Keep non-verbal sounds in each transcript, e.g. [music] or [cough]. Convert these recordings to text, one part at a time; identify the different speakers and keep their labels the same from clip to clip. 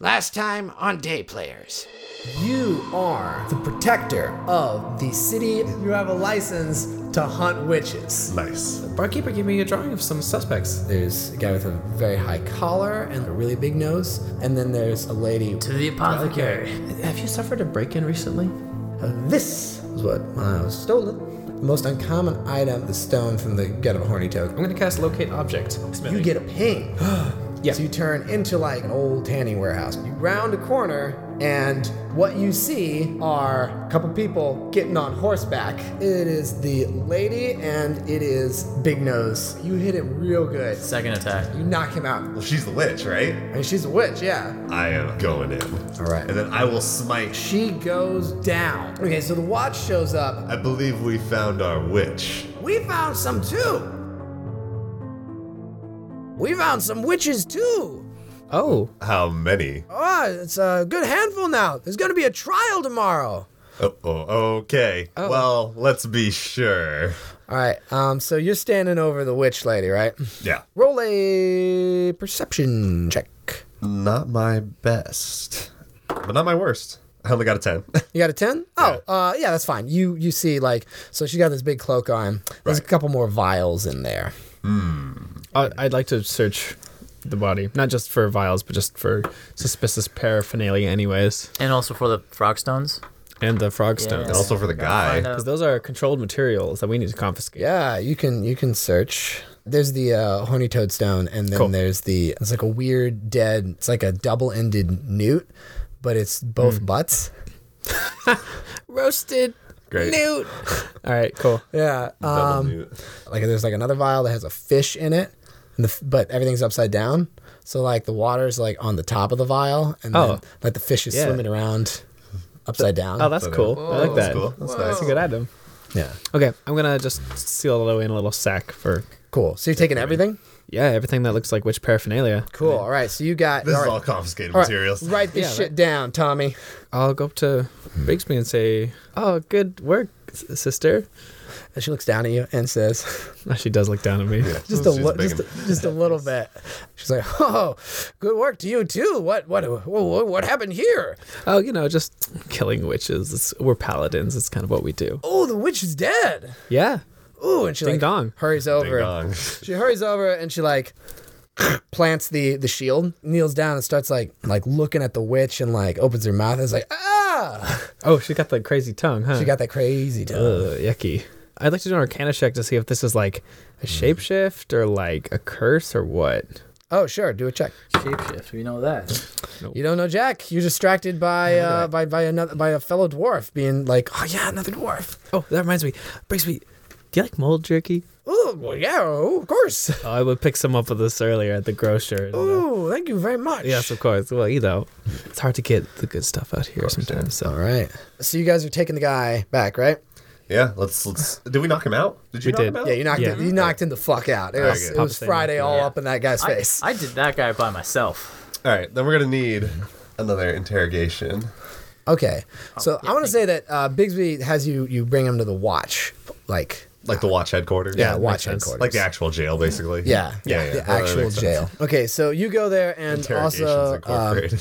Speaker 1: Last time on Day Players.
Speaker 2: You are the protector of the city. You have a license to hunt witches.
Speaker 3: Nice.
Speaker 2: Barkeeper gave me a drawing of some suspects. There's a guy with a very high collar and a really big nose, and then there's a lady.
Speaker 4: To the apothecary.
Speaker 2: Have you suffered a break in recently? Uh, this is what I was stolen. The most uncommon item, the stone from the gut of a horny toad.
Speaker 4: I'm gonna cast locate object.
Speaker 2: You get a ping. [gasps] yeah. So you turn into like an old tanning warehouse. You round a corner, and what you see are a couple people getting on horseback. It is the lady, and it is Big Nose. You hit it real good.
Speaker 4: Second attack.
Speaker 2: You knock him out.
Speaker 3: Well, she's the witch, right?
Speaker 2: I mean, she's a witch, yeah.
Speaker 3: I am going in.
Speaker 2: All right.
Speaker 3: And then I will smite.
Speaker 2: She goes down. Okay, so the watch shows up.
Speaker 3: I believe we found our witch.
Speaker 2: We found some too. We found some witches too.
Speaker 4: Oh,
Speaker 3: How many?
Speaker 2: Oh, it's a good handful now. There's going to be a trial tomorrow.
Speaker 3: Oh, oh okay. Well, let's be sure.
Speaker 2: All right. Um. So you're standing over the witch lady, right?
Speaker 3: Yeah.
Speaker 2: Roll a perception check.
Speaker 3: Not my best, but not my worst. I only got a 10.
Speaker 2: You got a ten? Oh, uh, yeah, that's fine. You you see like so she got this big cloak on. There's a
Speaker 3: Right.
Speaker 2: couple more vials in there.
Speaker 4: I- I'd like to search the body, not just for vials, but just for suspicious paraphernalia, anyways,
Speaker 5: And also for the frog stones.
Speaker 4: and the frog stones.
Speaker 3: and [laughs] also for the guy.
Speaker 4: Because those are controlled materials that we need to confiscate.
Speaker 2: Yeah, you can you can search. There's the uh, horny toadstone, and then
Speaker 4: Cool.
Speaker 2: there's the it's like a weird dead. It's like a double-ended newt, but it's both butts.
Speaker 4: Roasted.
Speaker 3: Great.
Speaker 4: Newt. All right, cool.
Speaker 2: Yeah.
Speaker 3: Double
Speaker 2: Um,
Speaker 3: new-
Speaker 2: like there's like another vial that has a fish in it, and the, f- but everything's upside down. So like the water's like on the top of the vial, and
Speaker 4: Oh.
Speaker 2: then like the fish is
Speaker 4: Yeah.
Speaker 2: swimming around upside down.
Speaker 4: Oh, that's
Speaker 3: Okay.
Speaker 4: cool. I like
Speaker 3: That's
Speaker 4: that.
Speaker 3: cool. That's nice.
Speaker 4: That's a good item.
Speaker 2: yeah,
Speaker 4: Okay, I'm gonna just seal it away in a little sack for
Speaker 2: cool. So you're taking everything.
Speaker 4: yeah everything that looks like witch paraphernalia.
Speaker 2: Cool. All right. So you got
Speaker 3: This
Speaker 2: all
Speaker 3: is
Speaker 2: right,
Speaker 3: all confiscated
Speaker 2: all right,
Speaker 3: materials. [laughs]
Speaker 2: Write this
Speaker 4: Yeah,
Speaker 2: shit down, Tommy.
Speaker 4: I'll go up to
Speaker 3: Hmm.
Speaker 4: Bigsby and say, "Oh, good work, s- sister." [laughs]
Speaker 2: And she looks down at you and says,
Speaker 4: Oh, She does look down at me.
Speaker 2: just a,
Speaker 3: She's
Speaker 2: li-
Speaker 3: big
Speaker 2: just,
Speaker 3: and-
Speaker 2: a- just a
Speaker 3: [laughs]
Speaker 2: little bit. She's like, "Oh, good work to you too. What what what, what happened here?
Speaker 4: Oh, you know, just killing witches. It's, we're paladins. It's kind of what we do.
Speaker 2: Oh, the witch is dead.
Speaker 4: Yeah.
Speaker 2: Ooh, and she
Speaker 4: Ding
Speaker 2: like
Speaker 4: dong.
Speaker 2: hurries
Speaker 3: Ding
Speaker 2: over.
Speaker 3: dong.
Speaker 2: She hurries over and she like [clears throat] plants the the shield, kneels down and starts like like looking at the witch and like opens her mouth and is like, "Ah!"
Speaker 4: Oh, she got the crazy tongue, huh?
Speaker 2: She got that
Speaker 4: [laughs]
Speaker 2: crazy tongue.
Speaker 4: Ugh, yucky. I'd like to do an arcana check to see if this is like a shapeshift or like a curse or what.
Speaker 2: Oh, sure, do a check.
Speaker 5: Shapeshift, we know that.
Speaker 2: You don't know Jack. You're distracted by uh, by by another by a fellow dwarf being like, "Oh yeah, another dwarf."
Speaker 4: Oh, that reminds me. Brixby, do you like mold jerky?
Speaker 2: Oh, well, yeah, oh, of course.
Speaker 4: Oh, I would pick some up of this earlier at the grocer. and, uh,
Speaker 2: Oh, thank you very much.
Speaker 4: Yes, of course. Well, you know, it's hard to get the good stuff out here sometimes. So
Speaker 2: All right. So you guys are taking the guy back, right?
Speaker 3: Yeah, let's let's. Did we knock him out? Did you
Speaker 4: We
Speaker 3: knock
Speaker 4: did.
Speaker 3: him out?
Speaker 2: Yeah, you knocked
Speaker 4: Yeah.
Speaker 2: him. You knocked him the fuck out. It was,
Speaker 3: good.
Speaker 2: it was
Speaker 4: Papa Stan,
Speaker 2: Friday all
Speaker 5: yeah.
Speaker 2: up in that guy's
Speaker 5: I,
Speaker 2: face.
Speaker 5: I did that guy by myself.
Speaker 3: All right, then we're gonna need another interrogation.
Speaker 2: okay.
Speaker 3: Oh,
Speaker 2: So I want to say that uh, Bigsby has you. You bring him to the watch, like
Speaker 3: Like the watch headquarters.
Speaker 2: yeah, watch
Speaker 4: makes sense.
Speaker 2: headquarters.
Speaker 3: Like the actual jail, basically.
Speaker 2: yeah,
Speaker 3: Yeah. yeah.
Speaker 2: the
Speaker 3: That
Speaker 2: actual
Speaker 3: makes sense.
Speaker 2: jail. Okay, so you go there and
Speaker 3: Interrogations
Speaker 2: also um,
Speaker 3: incorporated.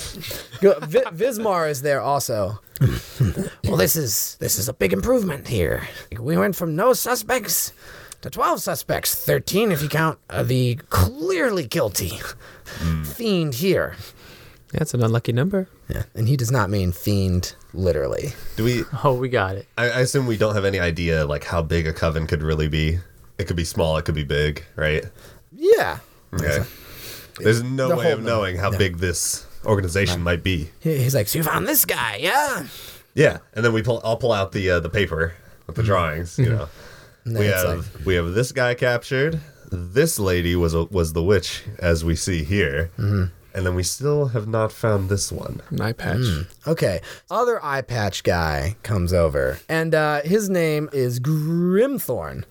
Speaker 2: Go- Vi- Vismar is there also. well, this is this is a big improvement here. We went from no suspects to twelve suspects, thirteen if you count uh, the clearly guilty fiend here.
Speaker 4: yeah, it's an unlucky number.
Speaker 2: Yeah, and he does not mean fiend literally.
Speaker 3: [laughs] Do we?
Speaker 5: Oh, we got it.
Speaker 3: I, I assume we don't have any idea like how big a coven could really be. It could be small. It could be big. Right.
Speaker 2: Yeah,
Speaker 3: Okay. There's no
Speaker 2: The
Speaker 3: way of
Speaker 2: whole-
Speaker 3: knowing how big this organization might be.
Speaker 2: He- he's like, so you found this guy, yeah?
Speaker 3: Yeah, and then we pull. I'll pull out the uh, the paper with the drawings.
Speaker 2: [laughs]
Speaker 3: You know, we
Speaker 2: Mm-hmm. it's
Speaker 3: have we have this guy captured. This lady was a, was the witch, as we see here,
Speaker 2: Mm-hmm.
Speaker 3: and then we still have not found this one.
Speaker 4: An eye patch.
Speaker 2: Okay, other eye patch guy comes over, and uh, his name is Grimthorn.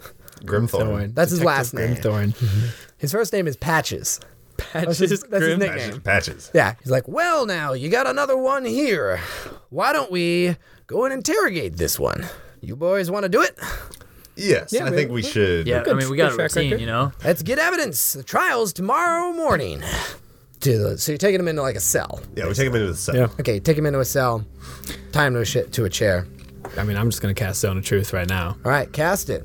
Speaker 3: Grimthorn.
Speaker 2: That's his last name.
Speaker 4: [laughs] Grimthorn.
Speaker 2: His first name is Patches.
Speaker 4: Patches
Speaker 2: his- that's his
Speaker 4: Grim.
Speaker 2: nickname.
Speaker 3: Patches. patches.
Speaker 2: Yeah. He's like, well, now you got another one here. Why don't we go and interrogate this one? You boys want to do it?
Speaker 3: Yes,
Speaker 4: Yeah,
Speaker 3: I
Speaker 4: we-
Speaker 3: think we should.
Speaker 5: Yeah, I
Speaker 4: good-
Speaker 5: mean, we
Speaker 4: good
Speaker 5: got a
Speaker 4: track
Speaker 5: routine,
Speaker 4: record.
Speaker 5: you know?
Speaker 2: Let's get evidence. The trial's tomorrow morning. to the, so you're taking him into like a cell.
Speaker 3: Yeah, we take him into the cell.
Speaker 4: Yeah.
Speaker 2: Okay, take him into a cell, tie him to a shit to a chair.
Speaker 4: I mean, I'm just gonna cast Zone of Truth right now.
Speaker 2: All right, cast it.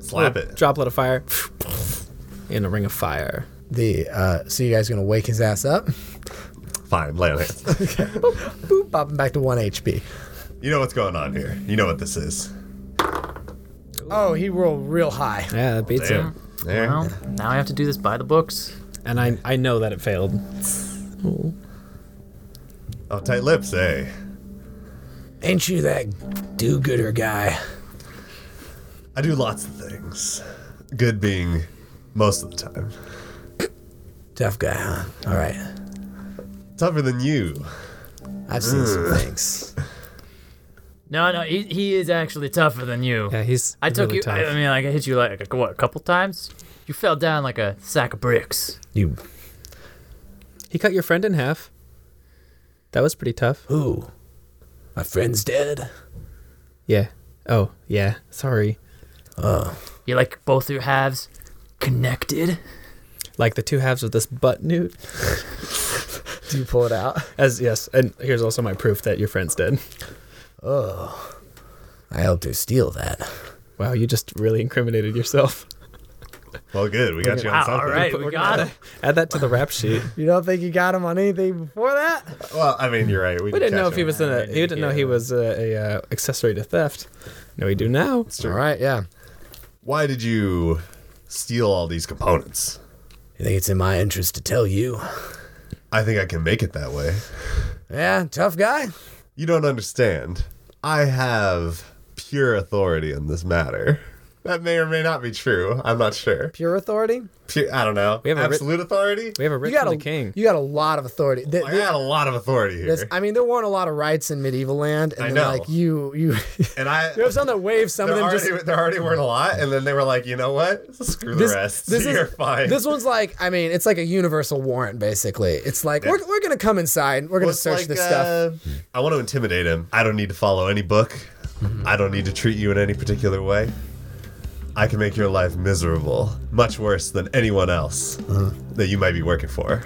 Speaker 3: Slap it.
Speaker 4: Droplet of fire. [laughs] In a ring of fire.
Speaker 2: The uh, so you guys gonna wake his ass up?
Speaker 3: Fine, lay on it. [laughs]
Speaker 2: Boop, pop him back to one HP.
Speaker 3: You know what's going on here. You know what this is.
Speaker 2: Oh, he rolled real high.
Speaker 4: Yeah, that beats
Speaker 3: There.
Speaker 4: it.
Speaker 3: There.
Speaker 5: Well, now I have to do this by the books.
Speaker 4: And I, I know that it failed.
Speaker 3: Oh, tight lips, eh?
Speaker 2: Ain't you that do-gooder guy?
Speaker 3: I do lots of things. Good being most of the time.
Speaker 2: Tough guy, huh? All right,
Speaker 3: Tougher than you.
Speaker 2: I've seen some things.
Speaker 5: No, no, he, he is actually tougher than you.
Speaker 4: Yeah, he's.
Speaker 5: I took
Speaker 4: really
Speaker 5: you.
Speaker 4: Tough.
Speaker 5: I, I mean, like I hit you like a, what a couple times. You fell down like a sack of bricks.
Speaker 2: You
Speaker 4: he cut your friend in half. That was pretty tough.
Speaker 2: who? My friend's dead.
Speaker 4: Yeah. Oh, yeah. Sorry.
Speaker 5: You like both your halves connected.
Speaker 4: Like the two halves of this butt newt.
Speaker 2: Do you pull it out?
Speaker 4: As yes, and here's also my proof that your friends did.
Speaker 2: I helped her steal that.
Speaker 4: Wow, you just really incriminated yourself.
Speaker 3: Well, good. We got you on
Speaker 4: Ah,
Speaker 5: Wow,
Speaker 3: something.
Speaker 5: all right, we got it.
Speaker 4: Add that to the rap sheet.
Speaker 2: You don't think you got him on anything before that?
Speaker 3: Well, I mean, you're right.
Speaker 4: We didn't know if he was in a.
Speaker 5: didn't
Speaker 4: We didn't know he
Speaker 5: care.
Speaker 4: was a, a uh, accessory to theft. No, we do now.
Speaker 2: All right, yeah.
Speaker 3: Why did you steal all these components?
Speaker 2: You think it's in my interest to tell you?
Speaker 3: I think I can make it that way.
Speaker 2: Yeah, tough guy.
Speaker 3: You don't understand. I have pure authority in this matter. That may or may not be true. I'm not sure.
Speaker 2: Pure authority.
Speaker 3: Pure, I don't know.
Speaker 4: have a writ-
Speaker 3: Absolute authority?
Speaker 4: We have a writ
Speaker 2: You got
Speaker 4: from
Speaker 2: a
Speaker 4: the king.
Speaker 2: You got a lot of authority. Th-
Speaker 3: [laughs] I
Speaker 2: th-
Speaker 3: got a lot of authority here.
Speaker 2: this- I mean, there weren't a lot of rights in medieval land, and
Speaker 3: I
Speaker 2: then,
Speaker 3: know.
Speaker 2: like you, you, [laughs]
Speaker 3: and I.
Speaker 2: there was some that waved some
Speaker 3: There
Speaker 2: of them
Speaker 3: already,
Speaker 2: just.
Speaker 3: there already weren't a lot, and then they were like, you know what? Screw the rest. [laughs] You're fine.
Speaker 2: this one's like I mean it's like a universal warrant basically. It's like we're, we're gonna come inside. We're gonna
Speaker 3: Well, it's
Speaker 2: search
Speaker 3: like,
Speaker 2: this stuff.
Speaker 3: uh, I want to intimidate him. I don't need to follow any book. I don't need to treat you in any particular way. I can make your life miserable, much worse than anyone else
Speaker 2: Uh-huh.
Speaker 3: that you might be working for.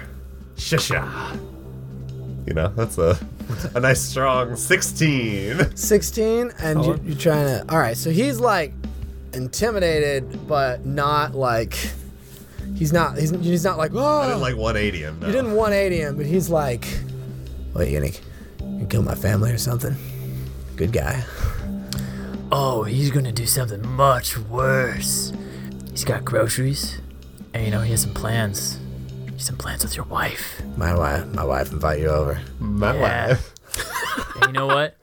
Speaker 3: Shusha. You know, that's a a nice strong 16.
Speaker 2: Sixteen and you, you're trying to. All right, so he's like intimidated, but not like he's not he's, he's not like oh
Speaker 3: I didn't like 180 him. No.
Speaker 2: You didn't 180 him, but he's like, "What are you gonna, you kill my family or something?" Good guy.
Speaker 5: Oh, he's gonna do something much worse. He's got groceries, and you know he has some plans. He's some plans with your wife.
Speaker 2: My wife, my wife, invite you
Speaker 3: [laughs]
Speaker 2: over.
Speaker 3: My
Speaker 5: Yeah.
Speaker 3: wife.
Speaker 5: And you
Speaker 4: [laughs]
Speaker 5: know what?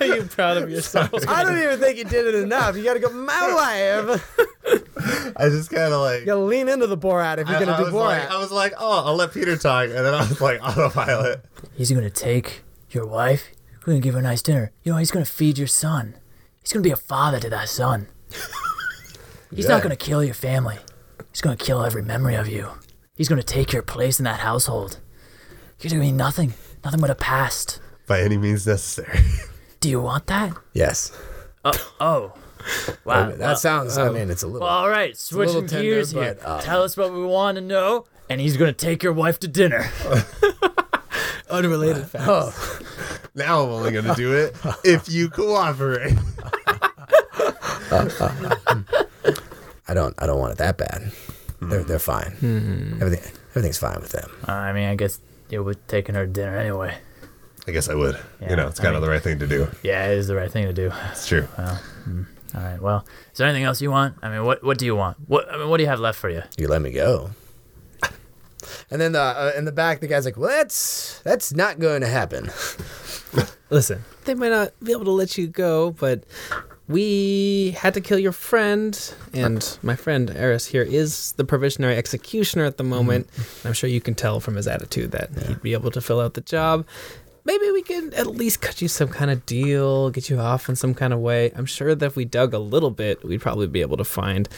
Speaker 4: Are you proud of yourself?
Speaker 2: I don't even think you did it enough. You gotta go,
Speaker 3: [laughs]
Speaker 2: my wife.
Speaker 3: I just kind of like.
Speaker 2: You gotta lean into the Borat if you're
Speaker 3: I,
Speaker 2: gonna
Speaker 3: I
Speaker 2: do
Speaker 3: was
Speaker 2: Borat.
Speaker 3: like, I was like, oh, I'll let Peter talk, and then I was like, [laughs] autopilot.
Speaker 5: He's gonna take your wife. You're gonna give her a nice dinner. You know he's gonna feed your son. He's gonna be a father to that son. He's
Speaker 3: Yeah.
Speaker 5: not gonna kill your family. He's gonna kill every memory of you. He's gonna take your place in that household. You're gonna be nothing, nothing but a past.
Speaker 3: By any means necessary. [laughs]
Speaker 5: Do you want that?
Speaker 2: yes,
Speaker 5: Oh, wow.
Speaker 3: Uh,
Speaker 2: that sounds. I mean, it's a little.
Speaker 5: Well, all right, switching
Speaker 2: tender,
Speaker 5: gears here.
Speaker 2: but, um,
Speaker 5: Tell us what we want to know, and he's gonna take your wife to dinner.
Speaker 3: uh,
Speaker 4: Unrelated fact.
Speaker 3: oh. Now I'm only gonna do it if you cooperate.
Speaker 2: I don't. I don't want it that bad. They're they're fine. Everything everything's fine with them.
Speaker 5: I mean, I guess it would taking her to dinner anyway.
Speaker 3: I guess I would.
Speaker 5: Yeah,
Speaker 3: you know, it's
Speaker 5: I
Speaker 3: kind of
Speaker 5: mean-
Speaker 3: the right thing to do.
Speaker 5: Yeah, it is the right thing to do.
Speaker 3: It's true.
Speaker 5: All right. Well, is there anything else you want? I mean, what what do you want? What I mean, what do you have left for you?
Speaker 2: You let me go. And then the, uh, in the back, the guy's like, "Well, that's that's not going to happen."
Speaker 4: Listen, they might not be able to let you go, but we had to kill your friend, and my friend Eris here is the provisionary executioner at the moment. I'm sure you can tell from his attitude that he'd be able to fill out the job. Maybe we can at least cut you some kind of deal, get you off in some kind of way. I'm sure that if we dug a little bit, we'd probably be able to find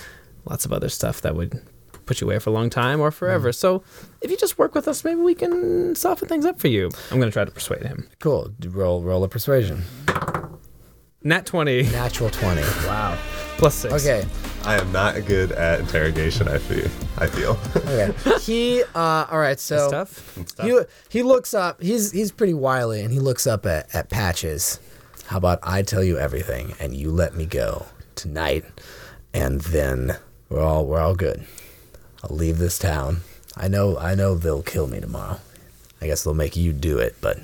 Speaker 4: lots of other stuff that would put you away for a long time or forever. So if you just work with us, maybe we can soften things up for you. I'm going to try to persuade him.
Speaker 2: Cool. Roll roll a persuasion.
Speaker 4: Nat 20
Speaker 2: Natural twenty.
Speaker 5: Wow.
Speaker 4: plus 6.
Speaker 2: Okay,
Speaker 3: I am not good at interrogation. I feel. I feel. [laughs]
Speaker 2: Okay. He. Uh, all right. So
Speaker 4: tough.
Speaker 2: he he looks up. He's he's pretty wily, and he looks up at, at Patches. How about I tell you everything, and you let me go tonight, and then we're all we're all good. I'll leave this town. I know I know they'll kill me tomorrow. I guess they'll make you do it, but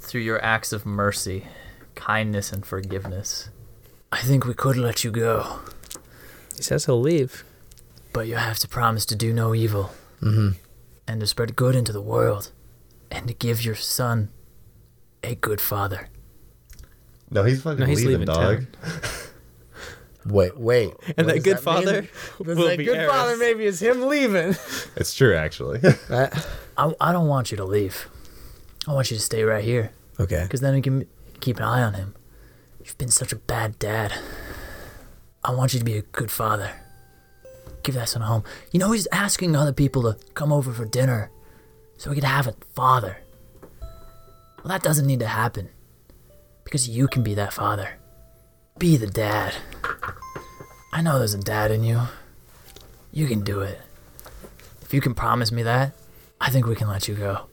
Speaker 5: Through your acts of mercy, kindness, and forgiveness, I think we could let you go,
Speaker 4: He says he'll leave.
Speaker 5: but you have to promise to do no evil, mm-hmm. and to spread good into the world, and to give your son a good father.
Speaker 3: No, he's fucking
Speaker 4: No, he's
Speaker 3: leaving,
Speaker 4: leaving
Speaker 3: dog.
Speaker 4: town.
Speaker 2: wait wait. What
Speaker 4: And that
Speaker 2: does
Speaker 4: good
Speaker 2: mean?
Speaker 4: father
Speaker 2: Does
Speaker 4: will
Speaker 2: that
Speaker 4: be
Speaker 2: good
Speaker 4: Eris.
Speaker 2: father maybe is him leaving.
Speaker 3: It's true, actually. [laughs]
Speaker 2: That-
Speaker 5: I, I don't want you to leave. I want you to stay right here,
Speaker 2: okay.
Speaker 5: because then we can keep an eye on him. You've been such a bad dad. I want you to be a good father. Give that son a home. You know, he's asking other people to come over for dinner so he could have a father. Well, that doesn't need to happen because you can be that father. Be the dad. I know there's a dad in you. You can do it. If you can promise me that, I think we can let you go.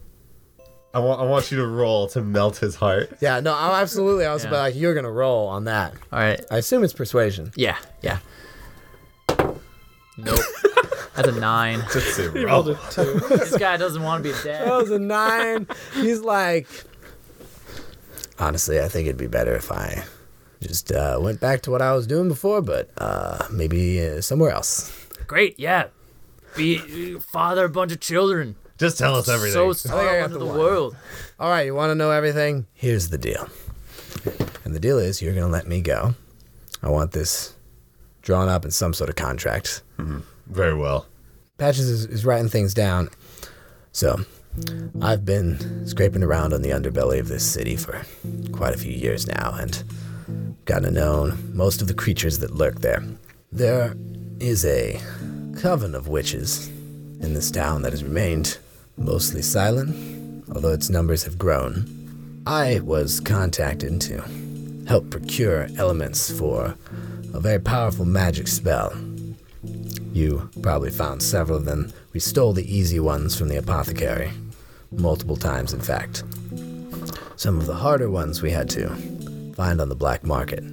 Speaker 3: I want. I want you to roll to melt his heart. [laughs]
Speaker 2: Yeah. No. I- Absolutely. I was
Speaker 5: Yeah.
Speaker 2: about like you're gonna roll on that.
Speaker 5: All right.
Speaker 2: I assume it's persuasion.
Speaker 5: Yeah, yeah. Nope. [laughs] That's a nine.
Speaker 3: Let's see. roll.
Speaker 5: this guy doesn't want to be
Speaker 2: That
Speaker 5: dead.
Speaker 2: was a nine. He's like, honestly, I think it'd be better if I just uh, went back to what I was doing before, but uh, maybe uh, somewhere else.
Speaker 5: [laughs] Great, yeah. Be father a bunch of children.
Speaker 3: Just tell us everything.
Speaker 5: So
Speaker 2: I
Speaker 5: sorrow
Speaker 2: got the
Speaker 5: unto the
Speaker 2: one.
Speaker 5: world.
Speaker 2: All right, you want to know everything? Here's the deal. And the deal is, you're gonna let me go. I want this drawn up in some sort of contract.
Speaker 3: Very well.
Speaker 2: Patches is, is writing things down. So, I've been scraping around on the underbelly of this city for quite a few years now and gotten to know most of the creatures that lurk there. There is a coven of witches in this town that has remained mostly silent, although its numbers have grown. I was contacted to help procure elements for a very powerful magic spell. You probably found several of them. We stole the easy ones from the apothecary. Multiple times, in fact. Some of the harder ones we had to find on the black market.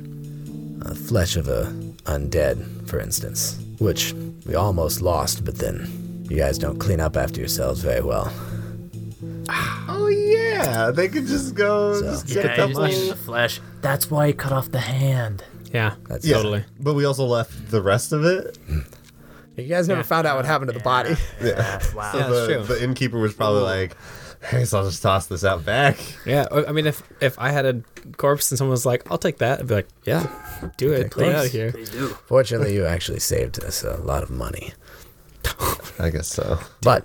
Speaker 2: Uh, flesh of a undead, for instance, which we almost lost, but then you guys don't clean up after yourselves very well.
Speaker 3: Oh yeah, they could just go. just get a
Speaker 5: Yeah, you
Speaker 3: couple-
Speaker 5: just need the flesh. That's why he cut off the hand.
Speaker 4: Yeah.
Speaker 2: That's
Speaker 3: Yeah,
Speaker 4: Totally.
Speaker 3: But we also left the rest of it.
Speaker 2: You guys never found out what happened to the body.
Speaker 5: Yeah, wow.
Speaker 4: Yeah,
Speaker 3: the,
Speaker 4: that's true.
Speaker 3: the innkeeper was probably like, "Hey, so I'll just toss this out back."
Speaker 4: Yeah. I I mean, if if I had a corpse and someone was like, "I'll take that," I'd be like, "Yeah, do it. Get it out of here."
Speaker 5: Please do.
Speaker 2: Fortunately, you actually saved us a lot of money.
Speaker 3: [laughs] I guess so.
Speaker 2: But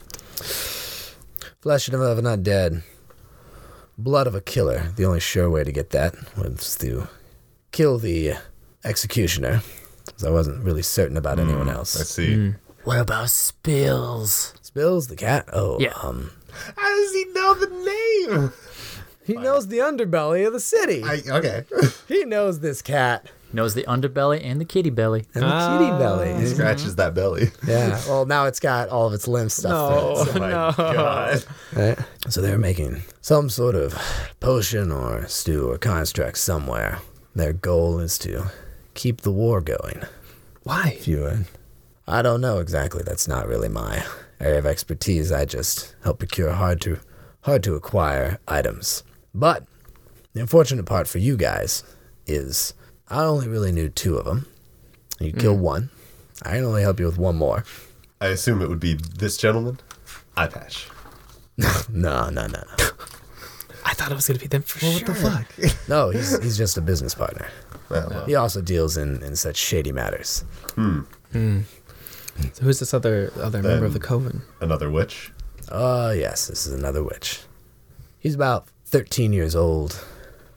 Speaker 2: flesh of an undead, blood of a killer. The only sure way to get that was to kill the executioner, because I wasn't really certain about anyone
Speaker 3: I
Speaker 2: else.
Speaker 3: see.
Speaker 5: What about spills?
Speaker 2: Spills the cat. Oh,
Speaker 5: Yeah.
Speaker 2: um,
Speaker 3: How does he know the name?
Speaker 2: he knows the underbelly of the city.
Speaker 3: I, okay.
Speaker 2: he knows this cat
Speaker 5: Knows the underbelly and the kitty belly.
Speaker 2: and the kitty belly.
Speaker 3: [laughs] Scratches that belly.
Speaker 2: Yeah. Well, now it's got all of its limb stuff. in it.
Speaker 3: [laughs] Oh my god.
Speaker 2: So they're making some sort of potion or stew or construct somewhere. Their goal is to keep the war going.
Speaker 4: Why?
Speaker 2: Fewer. I don't know exactly. That's not really my area of expertise. I just help procure hard to hard to acquire items. But the unfortunate part for you guys is I only really knew two of them. You kill one. I can only help you with one more. [laughs]
Speaker 3: I assume it would be this gentleman, Eye Patch.
Speaker 2: No, no, no, no.
Speaker 4: I thought it was gonna be them for sure.
Speaker 2: No, he's he's just a business partner.
Speaker 3: Well, well,
Speaker 2: He also deals in, in such shady matters.
Speaker 4: So who's this other other member of the coven?
Speaker 3: Another witch.
Speaker 2: Oh, yes, this is another witch. He's about 13 years old.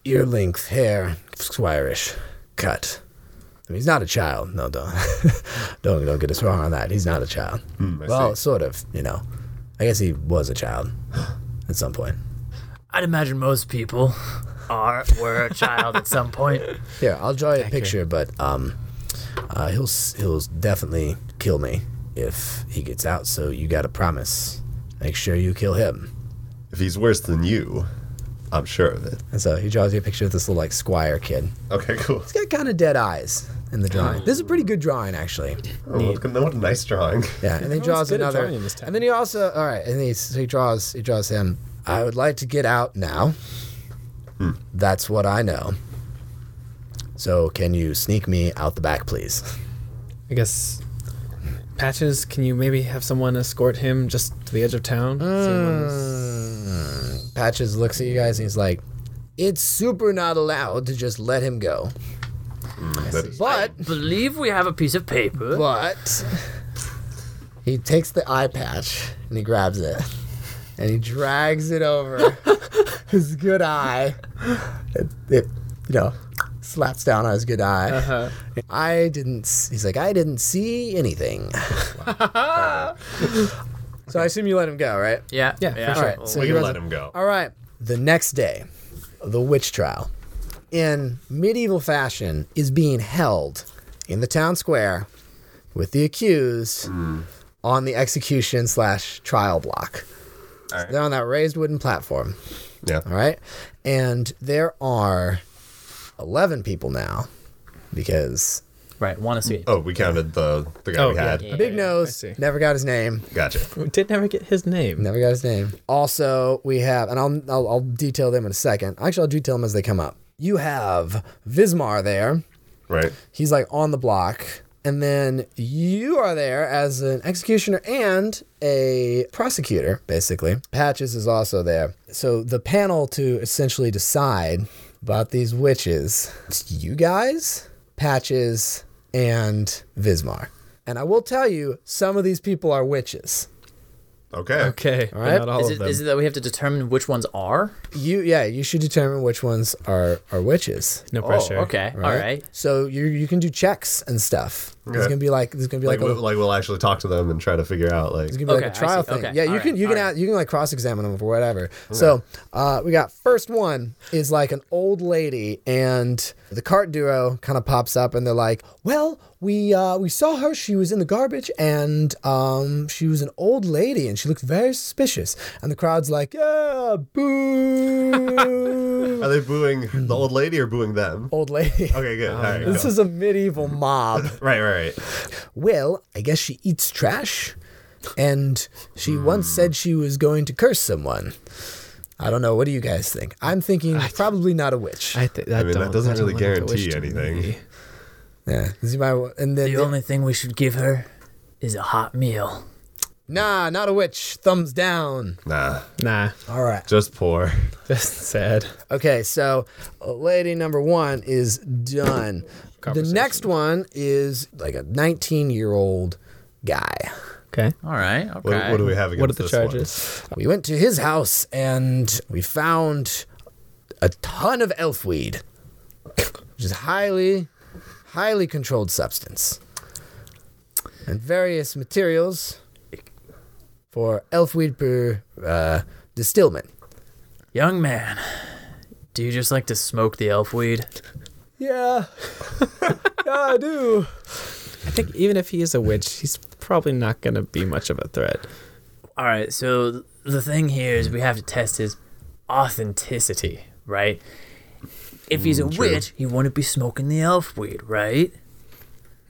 Speaker 2: Ear length hair, squirish, cut. I mean, he's not a child. No, don't. [laughs] don't, don't get us wrong on that. He's not a child.
Speaker 3: Hmm, I
Speaker 2: well,
Speaker 3: see.
Speaker 2: sort of, you know. I guess he was a child at some point.
Speaker 5: I'd imagine most people are were a child at some point. [laughs]
Speaker 2: Here, I'll draw you a picture, but um, Uh, he'll s- he'll definitely kill me if he gets out. So you got to promise. Make sure you kill him.
Speaker 3: If he's worse than you, I'm sure of it.
Speaker 2: And so he draws you a picture of this little like squire kid.
Speaker 3: Okay, cool.
Speaker 2: He's got kind of dead eyes in the drawing. This is a pretty good drawing actually.
Speaker 3: Oh, look, what a nice drawing.
Speaker 2: Yeah, and then he
Speaker 4: Everyone's
Speaker 2: draws
Speaker 4: good at
Speaker 2: another.
Speaker 4: drawing in this town.
Speaker 2: And then he also all right, and he so he draws he draws him. I would like to get out now. That's what I know. So can you sneak me out the back, please?
Speaker 4: I guess. Patches, can you maybe have someone escort him just to the edge of town?
Speaker 2: Patches looks at you guys and he's like, "It's super not allowed to just let him go."
Speaker 3: That-
Speaker 2: But
Speaker 5: Believe we have a piece of paper.
Speaker 2: but he takes the eye patch and he grabs it and he drags it
Speaker 3: [laughs]
Speaker 2: over his good eye. It, it, you know, slaps down on his good eye.
Speaker 3: Uh-huh.
Speaker 2: I didn't. s- He's like, I didn't see
Speaker 3: [laughs]
Speaker 2: anything. so I assume you let him go, right?
Speaker 5: Yeah.
Speaker 4: Yeah, for
Speaker 2: All
Speaker 4: sure.
Speaker 2: right. So
Speaker 3: we
Speaker 2: he
Speaker 3: can
Speaker 2: runs-
Speaker 3: let him go.
Speaker 2: all right. The next day, the witch trial, in medieval fashion, is being held in the town square with the accused on the execution slash trial block.
Speaker 3: All
Speaker 2: They're on that raised wooden platform.
Speaker 3: Yeah.
Speaker 2: All right. And there are 11 people now because
Speaker 5: Right. Want to see?
Speaker 3: Oh, we counted the the guy
Speaker 4: Oh,
Speaker 3: we
Speaker 4: yeah,
Speaker 3: had.
Speaker 5: yeah.
Speaker 2: Big Nose
Speaker 4: see.
Speaker 2: never got his name.
Speaker 3: Gotcha.
Speaker 4: We did never get his name.
Speaker 2: Never got his name. Also, we have, and I'll, I'll, I'll detail them in a second. Actually, I'll detail them as they come up. You have Vismar there.
Speaker 3: Right.
Speaker 2: He's like on the block. And then you are there as an executioner and a prosecutor, basically. Patches is also there. So the panel to essentially decide about these witches, it's you guys, Patches, and Vismar. And I will tell you, some of these people are witches.
Speaker 3: Okay.
Speaker 4: Okay,
Speaker 2: All
Speaker 4: all
Speaker 2: right.
Speaker 4: right. Not all
Speaker 5: Is
Speaker 4: of
Speaker 5: it,
Speaker 4: them.
Speaker 5: is it that we have to determine which ones are?
Speaker 2: You yeah, you should determine which ones are are witches.
Speaker 4: no pressure.
Speaker 5: Oh, okay. All right.
Speaker 2: So you you can do checks and stuff. There's
Speaker 3: Okay.
Speaker 2: gonna be like there's gonna be
Speaker 3: Like
Speaker 2: like,
Speaker 3: we,
Speaker 2: a,
Speaker 3: like we'll actually talk to them and try to figure out like
Speaker 2: there's gonna be
Speaker 5: Okay,
Speaker 2: like a
Speaker 5: I
Speaker 2: trial
Speaker 5: see.
Speaker 2: thing.
Speaker 5: Okay.
Speaker 2: Yeah, you
Speaker 5: All
Speaker 2: can
Speaker 5: right.
Speaker 2: you can
Speaker 5: All
Speaker 2: a-
Speaker 5: right.
Speaker 2: you can like cross examine them for whatever. So uh, we got first one is like an old lady and the cart duo kind of pops up and they're like, well we uh, we saw her she was in the garbage and um, she was an old lady and she looked very suspicious and the crowd's like yeah
Speaker 5: [laughs]
Speaker 2: boo
Speaker 3: are they booing the old lady or booing them?
Speaker 2: old lady.
Speaker 3: Okay, good. All right,
Speaker 2: Oh. This
Speaker 3: go.
Speaker 2: is a medieval mob.
Speaker 3: right, right, right.
Speaker 2: well, I guess she eats trash. And she once said she was going to curse someone. I don't know. What do you guys think? I'm thinking probably not a witch.
Speaker 4: I, th- that
Speaker 3: I mean, that
Speaker 4: don't-
Speaker 3: doesn't
Speaker 4: don't
Speaker 3: really
Speaker 4: look like a
Speaker 3: guarantee
Speaker 4: wish to
Speaker 3: anything.
Speaker 4: me.
Speaker 2: yeah. You might wa- And then,
Speaker 5: The only thing we should give her is a hot meal.
Speaker 2: nah, not a witch. Thumbs down.
Speaker 3: Nah,
Speaker 4: Nah, [laughs]
Speaker 2: All right.
Speaker 3: just poor.
Speaker 4: that's sad.
Speaker 2: Okay, so uh, lady number one is done. The
Speaker 4: Conversation.
Speaker 2: next one is like a 19 year old guy.
Speaker 4: Okay.
Speaker 5: All right. Okay.
Speaker 3: What, what do we have against
Speaker 4: What are the
Speaker 3: this one?
Speaker 4: charges?
Speaker 2: We went to his house and we found a ton of elfweed, which is highly, highly controlled substance, and various materials for elfweed per uh, distillment.
Speaker 5: Young man, do you just like to smoke the elf weed?
Speaker 2: Yeah, [laughs] yeah, I do.
Speaker 4: I think even if he is a witch, he's probably not going to be much of a threat.
Speaker 5: All right, so th- the thing here is we have to test his authenticity, right? If he's a witch, he wouldn't be smoking the elf weed, right?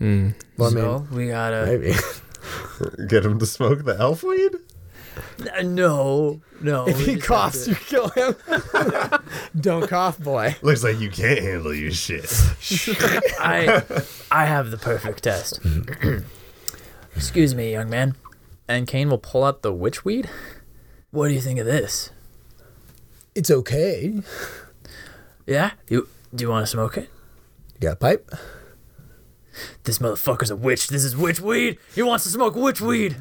Speaker 2: Well, I mean, [laughs]
Speaker 5: so we gotta
Speaker 2: maybe.
Speaker 3: Get him to smoke the elf weed?
Speaker 5: Uh, no, no. we just have to-
Speaker 2: you kill him. [laughs] Don't cough, boy.
Speaker 3: Looks like you can't handle your shit.
Speaker 5: I, I have the perfect test. [clears throat] Excuse me, young man. And Kane will pull out the witch weed. What do you think of this?
Speaker 2: It's okay. You
Speaker 5: Yeah, you do you want to smoke it?
Speaker 2: got a pipe?
Speaker 5: This motherfucker's a witch. This is witch weed. He wants to smoke witch weed.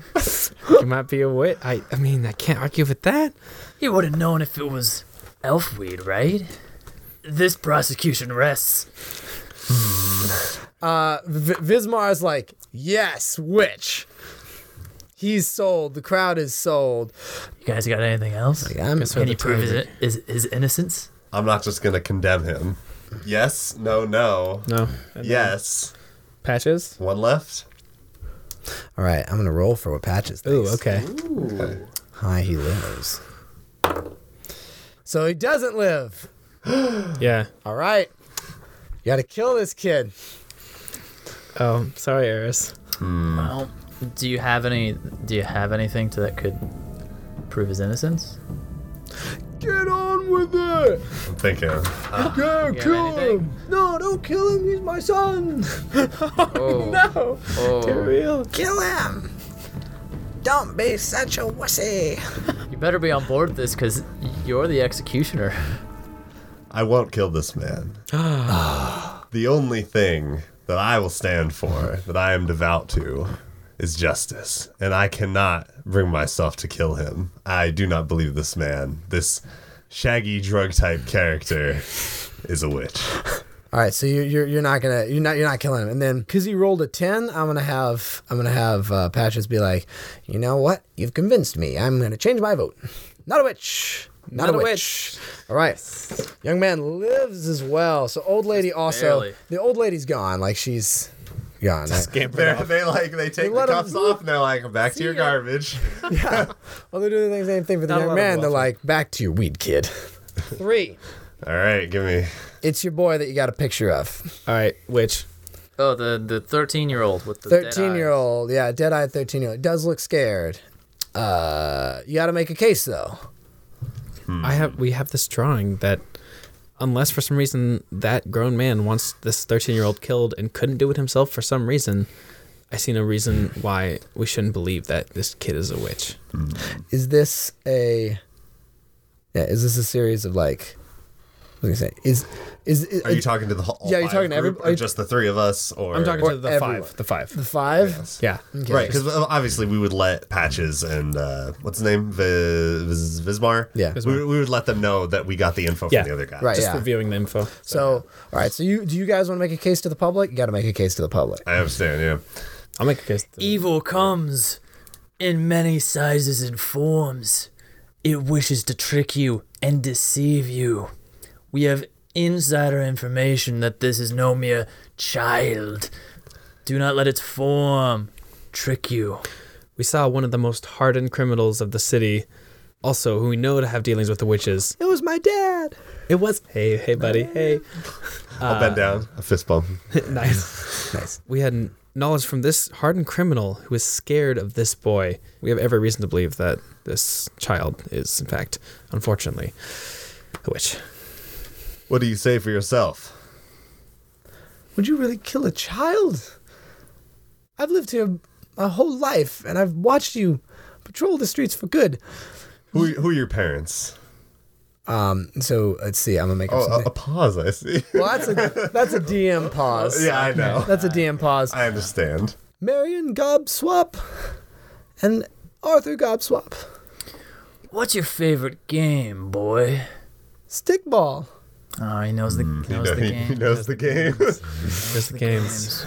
Speaker 4: He might be a witch. I, I mean, I can't argue with that.
Speaker 5: He would have known if it was elf weed, right? This prosecution rests.
Speaker 2: Uh, V- Vismar's like, yes, witch. He's sold. The crowd is sold.
Speaker 5: You guys got anything else?
Speaker 2: I'm,
Speaker 5: Can you prove his, his, his innocence?
Speaker 3: I'm not just gonna condemn him. Yes, no, no.
Speaker 4: No.
Speaker 3: Yes.
Speaker 4: Patches?
Speaker 3: One left.
Speaker 2: All right, I'm gonna roll for what patches.
Speaker 4: Ooh,
Speaker 2: thinks.
Speaker 4: okay.
Speaker 2: Hi, he lives. So he doesn't live.
Speaker 4: Yeah.
Speaker 2: All right. You gotta kill this kid.
Speaker 4: Oh, sorry, Eris.
Speaker 5: Well, do you have any? Do you have anything to, that could prove his innocence?
Speaker 2: Get on with it.
Speaker 3: I'm thinking.
Speaker 2: Go
Speaker 5: have kill anything?
Speaker 2: No, don't kill him. He's my son.
Speaker 5: Oh,
Speaker 4: No!
Speaker 5: oh.
Speaker 4: Real.
Speaker 2: Kill him. Don't be such a wussy.
Speaker 5: You better be on board with this because you're the executioner. [laughs]
Speaker 3: I won't kill this man. the only thing that I will stand for, that I am devout to, is justice. And I cannot bring myself to kill him. I do not believe this man, this shaggy drug type character, is a witch.
Speaker 2: All right, so you're, you're you're not gonna you're not you're not killing him, and then because you rolled a ten, I'm gonna have I'm gonna have uh, Patches be like, you know what? You've convinced me. I'm gonna change my vote. Not a witch. Not, a, witch. All right, young man lives as well. So old lady also
Speaker 5: barely.
Speaker 2: the old lady's gone. Like she's gone.
Speaker 3: They're, they like they take
Speaker 2: let
Speaker 3: the
Speaker 2: him-
Speaker 3: cuffs off and they're like, back to your garbage.
Speaker 2: Well, they're doing the same thing for the
Speaker 4: Not a lot
Speaker 2: young
Speaker 4: of
Speaker 2: man. They're
Speaker 4: welfare.
Speaker 2: like, back to your weed, kid. [laughs] Three.
Speaker 3: All right, give me.
Speaker 2: It's your boy that you got a picture
Speaker 4: [laughs]
Speaker 2: of.
Speaker 4: All right, witch.
Speaker 5: Oh, the the 13 year old with the dead eye.
Speaker 2: Thirteen year old. Yeah, dead eyed thirteen year old. Does look scared. Uh, you got to make a case though.
Speaker 4: I
Speaker 3: Mm.
Speaker 4: have. We have this drawing that, unless for some reason that grown man wants this thirteen-year-old killed and couldn't do it himself for some reason, I see no reason why we shouldn't believe that this kid is a witch.
Speaker 2: is this a yeah is this a series of like what was I gonna say is is, is
Speaker 3: Are you talking to the whole? all
Speaker 2: Yeah, you're
Speaker 3: five
Speaker 2: talking to
Speaker 3: group,
Speaker 2: everybody-
Speaker 3: or just the three of us, or
Speaker 4: I'm talking
Speaker 2: Or
Speaker 4: to the
Speaker 2: everyone.
Speaker 4: five. The five.
Speaker 2: the five
Speaker 4: Yeah.
Speaker 3: Right, because obviously we would let Patches and uh, what's his name, Viz, Viz, Vismar.
Speaker 2: Yeah.
Speaker 3: we, we would let them know that we got the info
Speaker 4: Yeah.
Speaker 3: from the other guy.
Speaker 2: Right.
Speaker 4: Just
Speaker 2: yeah.
Speaker 4: reviewing the info.
Speaker 2: so all right so you do you guys want to make a case to the public you got to make a case to the public
Speaker 3: I understand. Yeah,
Speaker 4: I'll make a case. to-
Speaker 5: Evil comes in many sizes and forms. It wishes to trick you and deceive you. We have insider information that this is no mere child. Do not let its form trick you.
Speaker 4: We saw one of the most hardened criminals of the city, also who we know to have dealings with the witches.
Speaker 2: it was my dad
Speaker 4: It was. Hey, hey, buddy. Hey.
Speaker 3: I'll
Speaker 5: Uh,
Speaker 3: bend down, a fist bump.
Speaker 4: nice. Nice. We had n- knowledge from this hardened criminal who is scared of this boy. We have every reason to believe that this child is, in fact, unfortunately, a witch.
Speaker 3: What do you say for yourself?
Speaker 2: would you really kill a child i've lived here my whole life and i've watched you patrol the streets for good
Speaker 3: Who who are your parents?
Speaker 2: um so let's see i'm gonna make up
Speaker 3: Oh, a,
Speaker 2: something
Speaker 3: a pause. I see. [laughs]
Speaker 2: well that's a that's a dm pause
Speaker 3: yeah, I know.
Speaker 2: that's a dm pause
Speaker 3: I understand.
Speaker 2: Marion Gobswap and Arthur Gobswap.
Speaker 5: What's your favorite game, boy?
Speaker 2: Stickball.
Speaker 5: Oh, he knows the,
Speaker 3: Mm. He,
Speaker 5: knows
Speaker 3: know- [laughs]
Speaker 5: the
Speaker 3: he-
Speaker 5: game.
Speaker 3: he knows the game. [laughs]
Speaker 4: There's the games.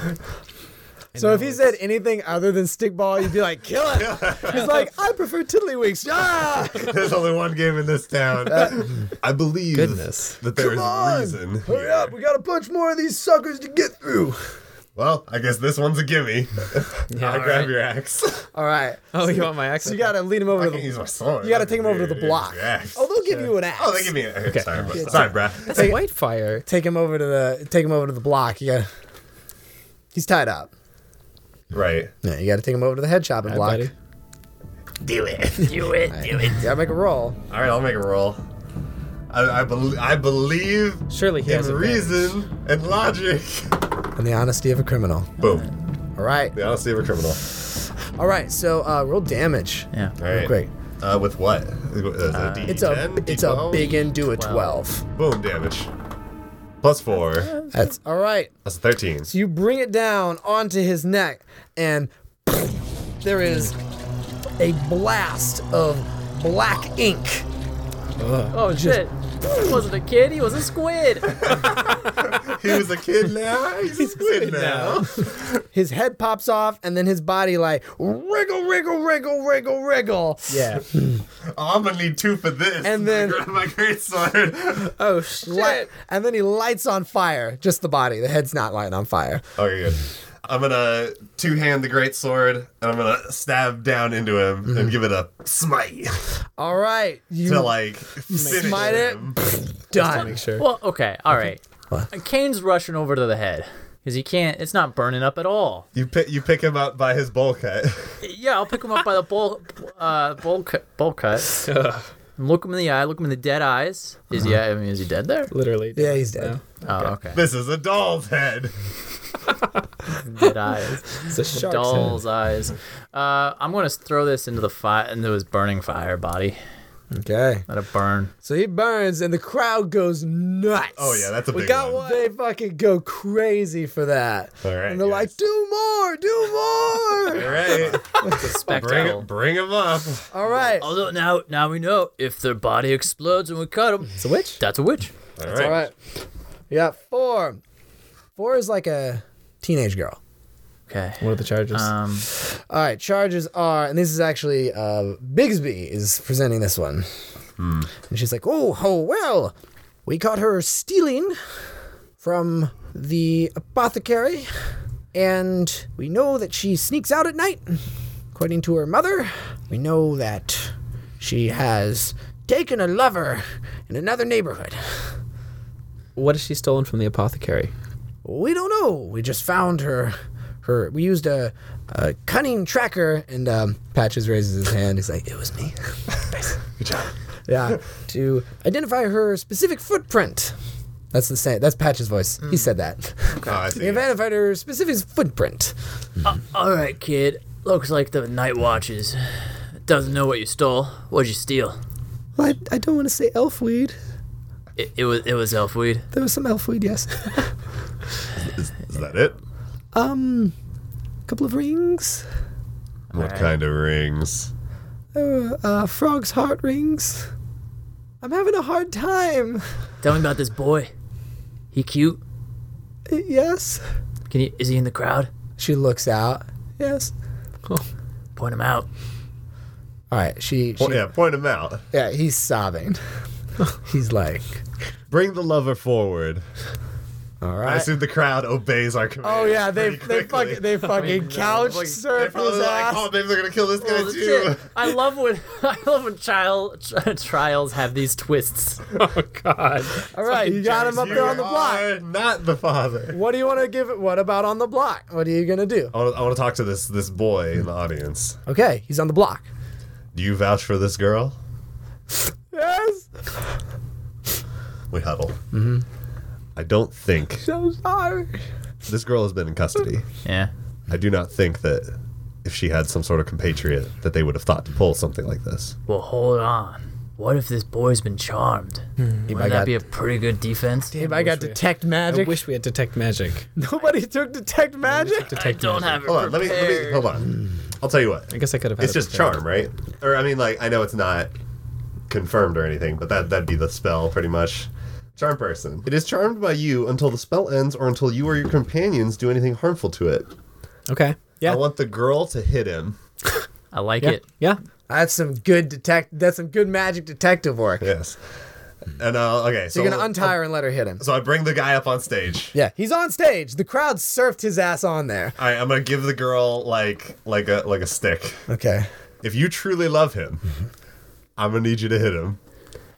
Speaker 2: So if he said anything other than stickball, you'd be like, kill
Speaker 3: [laughs]
Speaker 2: him. He's like, I prefer tiddlywinks. Ah!
Speaker 3: There's only one game in this town. I believe
Speaker 4: Goodness.
Speaker 3: that there is
Speaker 2: Uh, Come on.
Speaker 3: reason.
Speaker 2: Hurry
Speaker 3: here.
Speaker 2: up, we got a bunch more of these suckers to get through.
Speaker 3: Well, I guess this one's a gimme. [laughs] I grab
Speaker 5: right.
Speaker 3: your axe. [laughs]
Speaker 2: All right.
Speaker 4: Oh, you want my accent?
Speaker 2: You gotta lead him over
Speaker 3: I
Speaker 2: to
Speaker 3: can use
Speaker 2: the
Speaker 3: my sword.
Speaker 2: You gotta take him over to the
Speaker 3: Use your
Speaker 2: block.
Speaker 3: axe.
Speaker 2: Oh, they'll give you an axe.
Speaker 3: Oh, they give me a. Okay. Sorry, bro. Sorry, bruh.
Speaker 4: That's white fire.
Speaker 2: Take him over to the take him over to the block. You gotta He's tied up.
Speaker 3: Right.
Speaker 2: Yeah, you gotta take him over to the head shopping block.
Speaker 4: buddy.
Speaker 3: Do it. [laughs]
Speaker 5: Do it, do it.
Speaker 2: You gotta make a roll.
Speaker 3: All right, I'll make a roll. I, I, bel I believe
Speaker 4: Surely he
Speaker 3: in
Speaker 4: has a
Speaker 3: reason
Speaker 2: [laughs]
Speaker 3: and logic.
Speaker 2: And the honesty of a criminal.
Speaker 3: Boom.
Speaker 2: All right.
Speaker 3: The honesty of a criminal.
Speaker 2: All right, so uh, roll damage.
Speaker 5: Yeah.
Speaker 3: All right.
Speaker 2: Great. Uh,
Speaker 3: Uh, with what? Is it D
Speaker 2: It's a
Speaker 3: 10?
Speaker 2: it's a
Speaker 3: D12?
Speaker 2: big and do a
Speaker 5: Twelve.
Speaker 2: twelve.
Speaker 3: boom damage. Plus four.
Speaker 2: That's all right.
Speaker 3: That's a thirteen.
Speaker 2: Uh, So you bring it down onto his neck, and [laughs] there is a blast of black ink.
Speaker 5: Oh, shit. He wasn't a kid, he was a squid.
Speaker 3: He was a
Speaker 2: [laughs]
Speaker 3: kid now. He's a squid now.
Speaker 2: His head pops off, and then his body like wriggle, wriggle, wriggle, wriggle, wriggle. [laughs]
Speaker 4: Yeah.
Speaker 3: Oh, I'm gonna need two for this.
Speaker 2: And then-
Speaker 3: I grab my great sword.
Speaker 4: oh shit.
Speaker 2: Light, and then he lights on fire. Just the body. The head's not lighting on fire.
Speaker 3: Okay, Oh, good. I'm gonna two hand the great sword, and I'm gonna stab down into him and give it a smite
Speaker 2: All right. Mm-hmm. You
Speaker 3: [laughs] to like finish
Speaker 2: smite it.
Speaker 3: him.
Speaker 2: done.
Speaker 4: Make sure.
Speaker 5: Well, okay, all right. Kane's rushing over to the head because he can't. It's not burning up at all.
Speaker 3: You pick you pick him up by his bowl cut. [laughs]
Speaker 5: Yeah, I'll pick him up by the bowl, uh, bowl, cu- bowl cut. [laughs] And look him in the eye. Look him in the dead eyes. Is he? I mean, is he dead there?
Speaker 4: Literally.
Speaker 2: Yeah, he's dead.
Speaker 5: Oh, [laughs] okay.
Speaker 3: This is a doll's head.
Speaker 5: Dead eyes.
Speaker 4: It's a shark's
Speaker 5: Doll's eyes. Uh, I'm gonna throw this into the fire, into his burning fire body.
Speaker 2: Okay.
Speaker 5: Let it burn.
Speaker 2: So he burns, and the crowd goes nuts.
Speaker 3: Oh yeah, that's a big
Speaker 4: We got
Speaker 3: one.
Speaker 4: one.
Speaker 2: They fucking go crazy for that.
Speaker 3: All right,
Speaker 2: And they're like,
Speaker 3: guys.
Speaker 2: do more,
Speaker 3: [laughs]
Speaker 2: do
Speaker 3: All
Speaker 2: more.
Speaker 3: right, bring
Speaker 5: Spectacle.
Speaker 3: it, bring him up.
Speaker 2: All right.
Speaker 3: Oh,
Speaker 5: Although now, now we know if their body explodes and we cut them,
Speaker 4: It's a witch.
Speaker 5: that's a witch.
Speaker 3: All
Speaker 2: All
Speaker 3: right,
Speaker 2: right. You got four. Four is like a teenage girl.
Speaker 5: Okay.
Speaker 4: What are the charges?
Speaker 5: Um,
Speaker 2: All right, charges are, and this is actually uh, Bigsby is presenting this one, and she's like, "Oh, oh well, we caught her stealing from the apothecary, and we know that she sneaks out at night. According to her mother, we know that she has taken a lover in another neighborhood.
Speaker 4: what has she stolen from the apothecary?
Speaker 2: We don't know. We just found her. Her. We used a, a cunning tracker, and um, Patches raises his hand. He's like, "It was me." [laughs]
Speaker 3: good job.
Speaker 2: yeah. To identify her specific footprint. That's the same. That's Patch's voice. He said that.
Speaker 3: Oh, I see.
Speaker 2: We identified her specific footprint.
Speaker 5: all right, kid. Looks like the night watches. Doesn't know what you stole. What'd you steal?
Speaker 2: Well, I, I don't want to say elfweed.
Speaker 5: It, it was it was elfweed.
Speaker 2: There was some elfweed, yes. [laughs]
Speaker 3: Is, is that it?
Speaker 2: Um, a couple of rings.
Speaker 3: What kind of rings?
Speaker 2: Uh, uh, frog's heart rings. I'm having a hard time.
Speaker 5: Tell me about this boy. He cute.
Speaker 2: Yes.
Speaker 5: Can you? Is he in the crowd?
Speaker 2: She looks out. Yes.
Speaker 5: Point him out.
Speaker 2: All right. She. she
Speaker 3: Po- Oh, yeah, point him out.
Speaker 2: yeah. He's sobbing. [laughs] he's like,
Speaker 3: Bring the lover forward.
Speaker 2: all
Speaker 3: I
Speaker 2: right.
Speaker 3: assume the crowd obeys our command.
Speaker 2: Oh yeah, they they
Speaker 3: pretty quickly.
Speaker 2: fucking they fucking couch
Speaker 3: They're
Speaker 2: surf his
Speaker 3: probably like,
Speaker 2: ass.
Speaker 3: oh, maybe they're gonna kill this guy too.
Speaker 5: I love when [laughs] I love when child [laughs] trials have these twists.
Speaker 4: Oh God.
Speaker 2: All right, you got him up there on the
Speaker 3: You
Speaker 2: block.
Speaker 3: are not the father.
Speaker 2: What do you want to give it? What about on the block? What are you gonna do?
Speaker 3: I want, to, I want to talk to this this boy in the audience.
Speaker 2: Okay, he's on the block.
Speaker 3: Do you vouch for this girl?
Speaker 2: Yes,
Speaker 3: We huddle. Mm-hmm. I don't think
Speaker 2: so sorry.
Speaker 3: this girl has been in custody.
Speaker 5: Yeah.
Speaker 3: I do not think that if she had some sort of compatriot, that they would have thought to pull something like this.
Speaker 5: Well, hold on. What if this boy's been charmed?
Speaker 3: Hmm.
Speaker 5: Wouldn't
Speaker 2: got-
Speaker 5: that be a pretty good defense?
Speaker 2: If I got detect magic,
Speaker 4: I wish we had detect magic.
Speaker 2: [laughs] nobody took detect magic.
Speaker 5: I
Speaker 4: Detect
Speaker 5: don't
Speaker 4: magic.
Speaker 5: have it
Speaker 3: Hold on,
Speaker 5: prepared.
Speaker 3: let me, let me hold on. I'll tell you what.
Speaker 4: I guess I could have. Had
Speaker 3: It's
Speaker 4: it
Speaker 3: just
Speaker 4: prepared.
Speaker 3: charm, right? Or I mean, like I know it's not confirmed or anything, but that that'd be the spell pretty much. Charm person. It is charmed by you until the spell ends or until you or your companions do anything harmful to it.
Speaker 4: Okay. Yeah.
Speaker 3: I want the girl to hit him.
Speaker 5: I like
Speaker 4: yeah.
Speaker 5: it.
Speaker 4: Yeah.
Speaker 2: That's some good detect. That's some good magic detective work.
Speaker 3: Yes. And uh, okay, so
Speaker 2: You're gonna untie her and let her hit him.
Speaker 3: So I bring the guy up on stage.
Speaker 2: Yeah, he's on stage. The crowd surfed his ass on there.
Speaker 3: All right, I'm gonna give the girl like like a like a stick.
Speaker 2: Okay.
Speaker 3: If you truly love him,
Speaker 2: Mm-hmm.
Speaker 3: I'm gonna need you to hit him,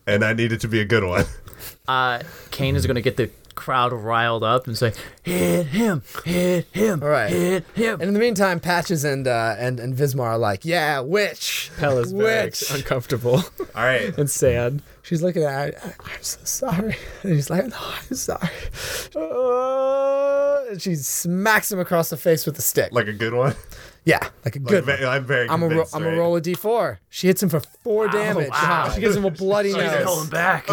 Speaker 3: and I need it to be a good
Speaker 2: [laughs]
Speaker 3: one.
Speaker 5: Uh, Kane is gonna get the crowd riled up and say, "Hit him! Hit him!
Speaker 2: All right.
Speaker 5: Hit him!"
Speaker 2: And in the meantime, Patches and uh, and and Vismar are like, yeah, witch,
Speaker 4: Pella's very
Speaker 2: witch.
Speaker 4: uncomfortable
Speaker 3: All right,
Speaker 4: and sad.
Speaker 2: She's looking at her. I- I'm so sorry. [laughs] And he's like, no, I'm sorry. Uh, and she smacks him across the face with a stick.
Speaker 3: like a good one.
Speaker 2: yeah, like a
Speaker 3: Like,
Speaker 2: good.
Speaker 3: ve- I'm very.
Speaker 2: I'm a ro-
Speaker 3: convinced,
Speaker 2: I'm a
Speaker 3: right?
Speaker 2: roll a d4. She hits him for four damage.
Speaker 5: wow.
Speaker 2: She gives
Speaker 4: [laughs]
Speaker 2: him a bloody
Speaker 5: He's
Speaker 2: nose.
Speaker 5: calling back.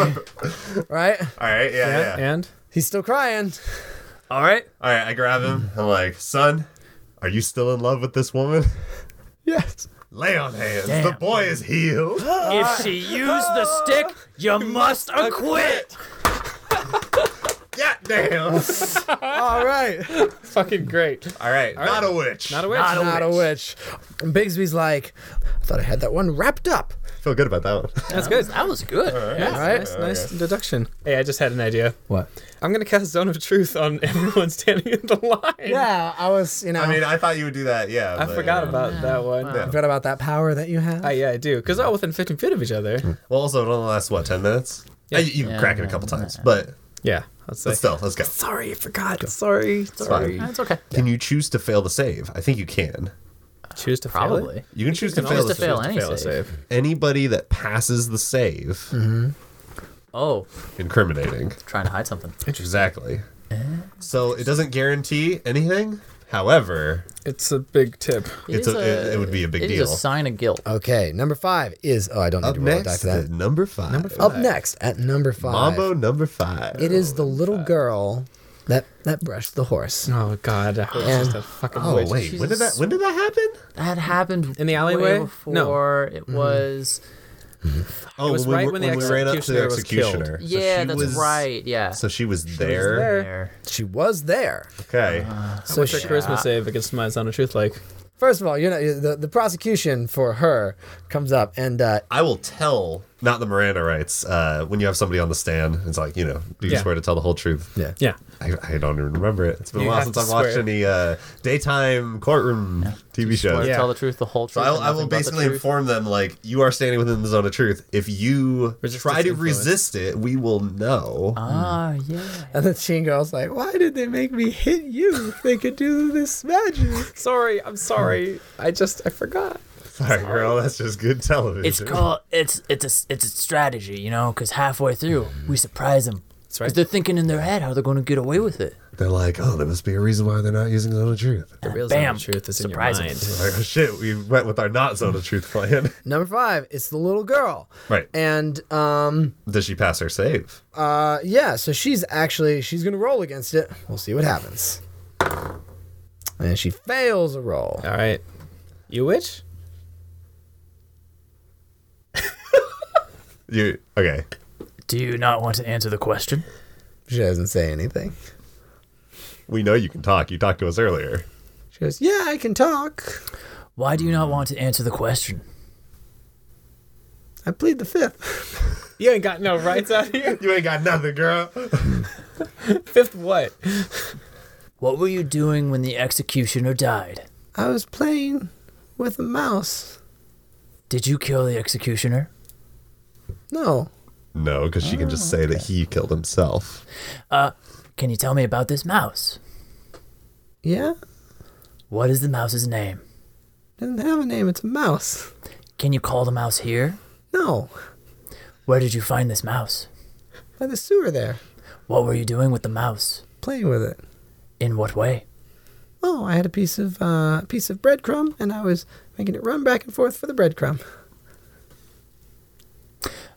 Speaker 2: Right?
Speaker 3: All right, yeah, yeah.
Speaker 4: [laughs] And
Speaker 2: He's still crying.
Speaker 5: All right.
Speaker 3: All right, I grab him. I'm like, son, are you still in love with this woman? [laughs]
Speaker 2: Yes.
Speaker 3: Lay on hands. The
Speaker 5: Damn.
Speaker 3: boy is healed.
Speaker 5: If she used the stick, you must acquit.
Speaker 3: God damn.
Speaker 2: All right.
Speaker 4: fucking great.
Speaker 3: All right, not a witch.
Speaker 4: [laughs] Not a witch.
Speaker 5: Not a
Speaker 2: Not a witch. And Bigsby's like, I thought I had that one wrapped up.
Speaker 3: feel good about that one.
Speaker 4: That's good.
Speaker 5: That was good.
Speaker 4: Yeah, nice, nice deduction. Hey, I just had an idea.
Speaker 2: What?
Speaker 4: I'm gonna cast Zone of Truth on [laughs] everyone standing in the line.
Speaker 2: Yeah, I was, you know,
Speaker 3: I
Speaker 2: I
Speaker 3: mean, I thought you would do that. Yeah. uh,
Speaker 4: I forgot about that one.
Speaker 2: forgot about that power that you have.
Speaker 4: Ah, yeah, I do. Because they're all within 15 feet of each other.
Speaker 3: Well, also, it only lasts what ten minutes. Yeah, you, you can
Speaker 5: Yeah,
Speaker 3: crack it a
Speaker 5: yeah,
Speaker 3: couple times,
Speaker 5: yeah.
Speaker 3: but
Speaker 4: Yeah, let's say.
Speaker 3: but still, let's go.
Speaker 4: Sorry, I forgot. Sorry, sorry.
Speaker 5: That's okay.
Speaker 3: Can you choose to fail the save? I think you can.
Speaker 4: Choose to fail it?
Speaker 5: Probably.
Speaker 3: You can choose to
Speaker 5: can
Speaker 3: fail
Speaker 5: always
Speaker 3: the
Speaker 5: to fail
Speaker 3: save.
Speaker 5: any
Speaker 4: Fail a
Speaker 5: save.
Speaker 4: save.
Speaker 3: Anybody that passes the save,
Speaker 5: Oh,
Speaker 3: incriminating.
Speaker 5: trying to hide something.
Speaker 3: Exactly. So it doesn't guarantee anything. However,
Speaker 4: It's a big tip.
Speaker 3: It's
Speaker 5: is
Speaker 3: a- it- it would be a big
Speaker 5: it is
Speaker 3: deal.
Speaker 5: a sign of guilt.
Speaker 2: Okay, number five is. Oh, I don't need
Speaker 3: up
Speaker 2: to roll a die
Speaker 3: next,
Speaker 2: for
Speaker 3: the
Speaker 2: that.
Speaker 3: number five. Number
Speaker 2: Up next at number five,
Speaker 3: Mambo number five.
Speaker 2: it is the little girl that that brushed the horse.
Speaker 4: Oh, God. I hope it's just a fucking
Speaker 3: Oh
Speaker 4: witch.
Speaker 3: wait, when did that when did that happen?
Speaker 5: That happened
Speaker 4: In the
Speaker 5: way
Speaker 4: alleyway? No.
Speaker 5: Before it was.
Speaker 3: Oh,
Speaker 4: was right when the executioner was
Speaker 3: So
Speaker 5: yeah,
Speaker 3: she
Speaker 5: that's
Speaker 3: was-
Speaker 5: right. Yeah.
Speaker 3: So she was there.
Speaker 4: there.
Speaker 5: There.
Speaker 2: She was there.
Speaker 3: Okay.
Speaker 2: So
Speaker 4: What's her
Speaker 2: she-
Speaker 4: charisma save against my Zone of Truth like?
Speaker 2: first of all, you know the, the prosecution for her comes up, and uh, [laughs]
Speaker 3: I will tell, not the Miranda rights, uh, when you have somebody on the stand, it's like, you know, do you
Speaker 4: Yeah.
Speaker 3: swear to tell the whole truth?
Speaker 2: yeah,
Speaker 4: Yeah.
Speaker 3: I, I don't even remember it. It's been
Speaker 4: You
Speaker 3: a while
Speaker 4: have
Speaker 3: since
Speaker 4: to
Speaker 3: I've watched
Speaker 4: swear.
Speaker 3: any uh, daytime courtroom TV
Speaker 5: Or
Speaker 3: shows.
Speaker 4: Yeah.
Speaker 5: Tell the truth, the whole
Speaker 3: So
Speaker 5: truth.
Speaker 3: I,
Speaker 5: and
Speaker 3: I will
Speaker 5: nothing but the
Speaker 3: basically
Speaker 5: truth.
Speaker 3: inform them, like, you are standing within the zone of truth. If you
Speaker 4: Resistance
Speaker 3: try to
Speaker 4: influence.
Speaker 3: resist it, we will know.
Speaker 5: Ah, yeah.
Speaker 2: and the teen girl's like, "Why did they make me hit you? If they could do this
Speaker 3: [laughs]
Speaker 2: magic."
Speaker 4: Sorry, I'm sorry. I just, I forgot.
Speaker 3: [laughs] Sorry, girl, that's just good television.
Speaker 5: It's called it's it's a it's a strategy, you know, because halfway through we surprise them. That's
Speaker 4: Mm-hmm. right.
Speaker 5: They're thinking in their head how they're going to get away with it.
Speaker 3: They're like, oh, there must be a reason why they're not using zone of truth.
Speaker 4: The real Zone
Speaker 5: Bam.
Speaker 4: of Truth is
Speaker 5: Surprise.
Speaker 4: in your mind.
Speaker 3: Like, oh, shit, we went with our not zone of truth plan. [laughs]
Speaker 2: Number five, it's the little girl,
Speaker 3: Right.
Speaker 2: And um,
Speaker 3: Does she pass her save?
Speaker 2: uh, yeah, so she's actually she's gonna roll against it. We'll see what happens. And she fails a roll.
Speaker 4: All right. You witch?
Speaker 3: You okay?
Speaker 5: Do you not want to answer the question?
Speaker 2: She doesn't say anything.
Speaker 3: We know you can talk. You talked to us earlier. [laughs]
Speaker 2: She goes, "Yeah, I can talk.
Speaker 5: Why do you not want to answer the question?
Speaker 2: I plead the fifth.
Speaker 4: You ain't got no rights out here.
Speaker 3: You ain't got nothing, girl. [laughs]
Speaker 4: Fifth what?
Speaker 5: What were you doing when the executioner died?
Speaker 2: I was playing with a mouse.
Speaker 5: Did you kill the executioner?
Speaker 2: No,
Speaker 3: No, because she can just say that he killed himself.
Speaker 5: Uh, Can you tell me about this mouse?
Speaker 2: yeah,
Speaker 5: What is the mouse's name?
Speaker 2: doesn't have a name. It's a mouse.
Speaker 5: Can you call the mouse here?
Speaker 2: No,
Speaker 5: Where did you find this mouse?
Speaker 2: by the sewer there,
Speaker 5: What were you doing with the mouse?
Speaker 2: playing with it.
Speaker 5: In what way?
Speaker 2: Oh, I had a piece of uh, piece of breadcrumb, and I was making it run back and forth for the breadcrumb.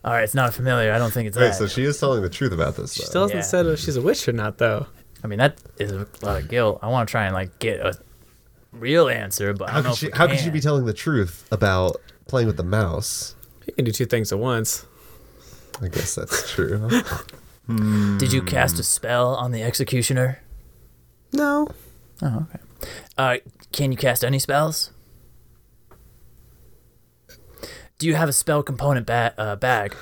Speaker 5: All right, it's not familiar. I don't think it's
Speaker 3: Wait,
Speaker 5: that.
Speaker 3: so she is telling the truth about this.
Speaker 4: She
Speaker 3: Though.
Speaker 4: still hasn't
Speaker 5: Yeah.
Speaker 4: said if she's a witch or not, though.
Speaker 5: I mean, that is a lot of guilt. I want to try and like get a real answer, but I
Speaker 3: how
Speaker 5: don't know.
Speaker 3: could she?
Speaker 5: if we
Speaker 3: How could she
Speaker 5: can.
Speaker 3: be telling the truth about playing with the mouse?
Speaker 4: You can do two things at once.
Speaker 3: I guess that's true.
Speaker 5: Did
Speaker 3: Mm.
Speaker 5: you cast a spell on the executioner?
Speaker 2: No,
Speaker 5: Oh, okay. Uh, can you cast any spells? Do you have a spell component ba- uh, bag?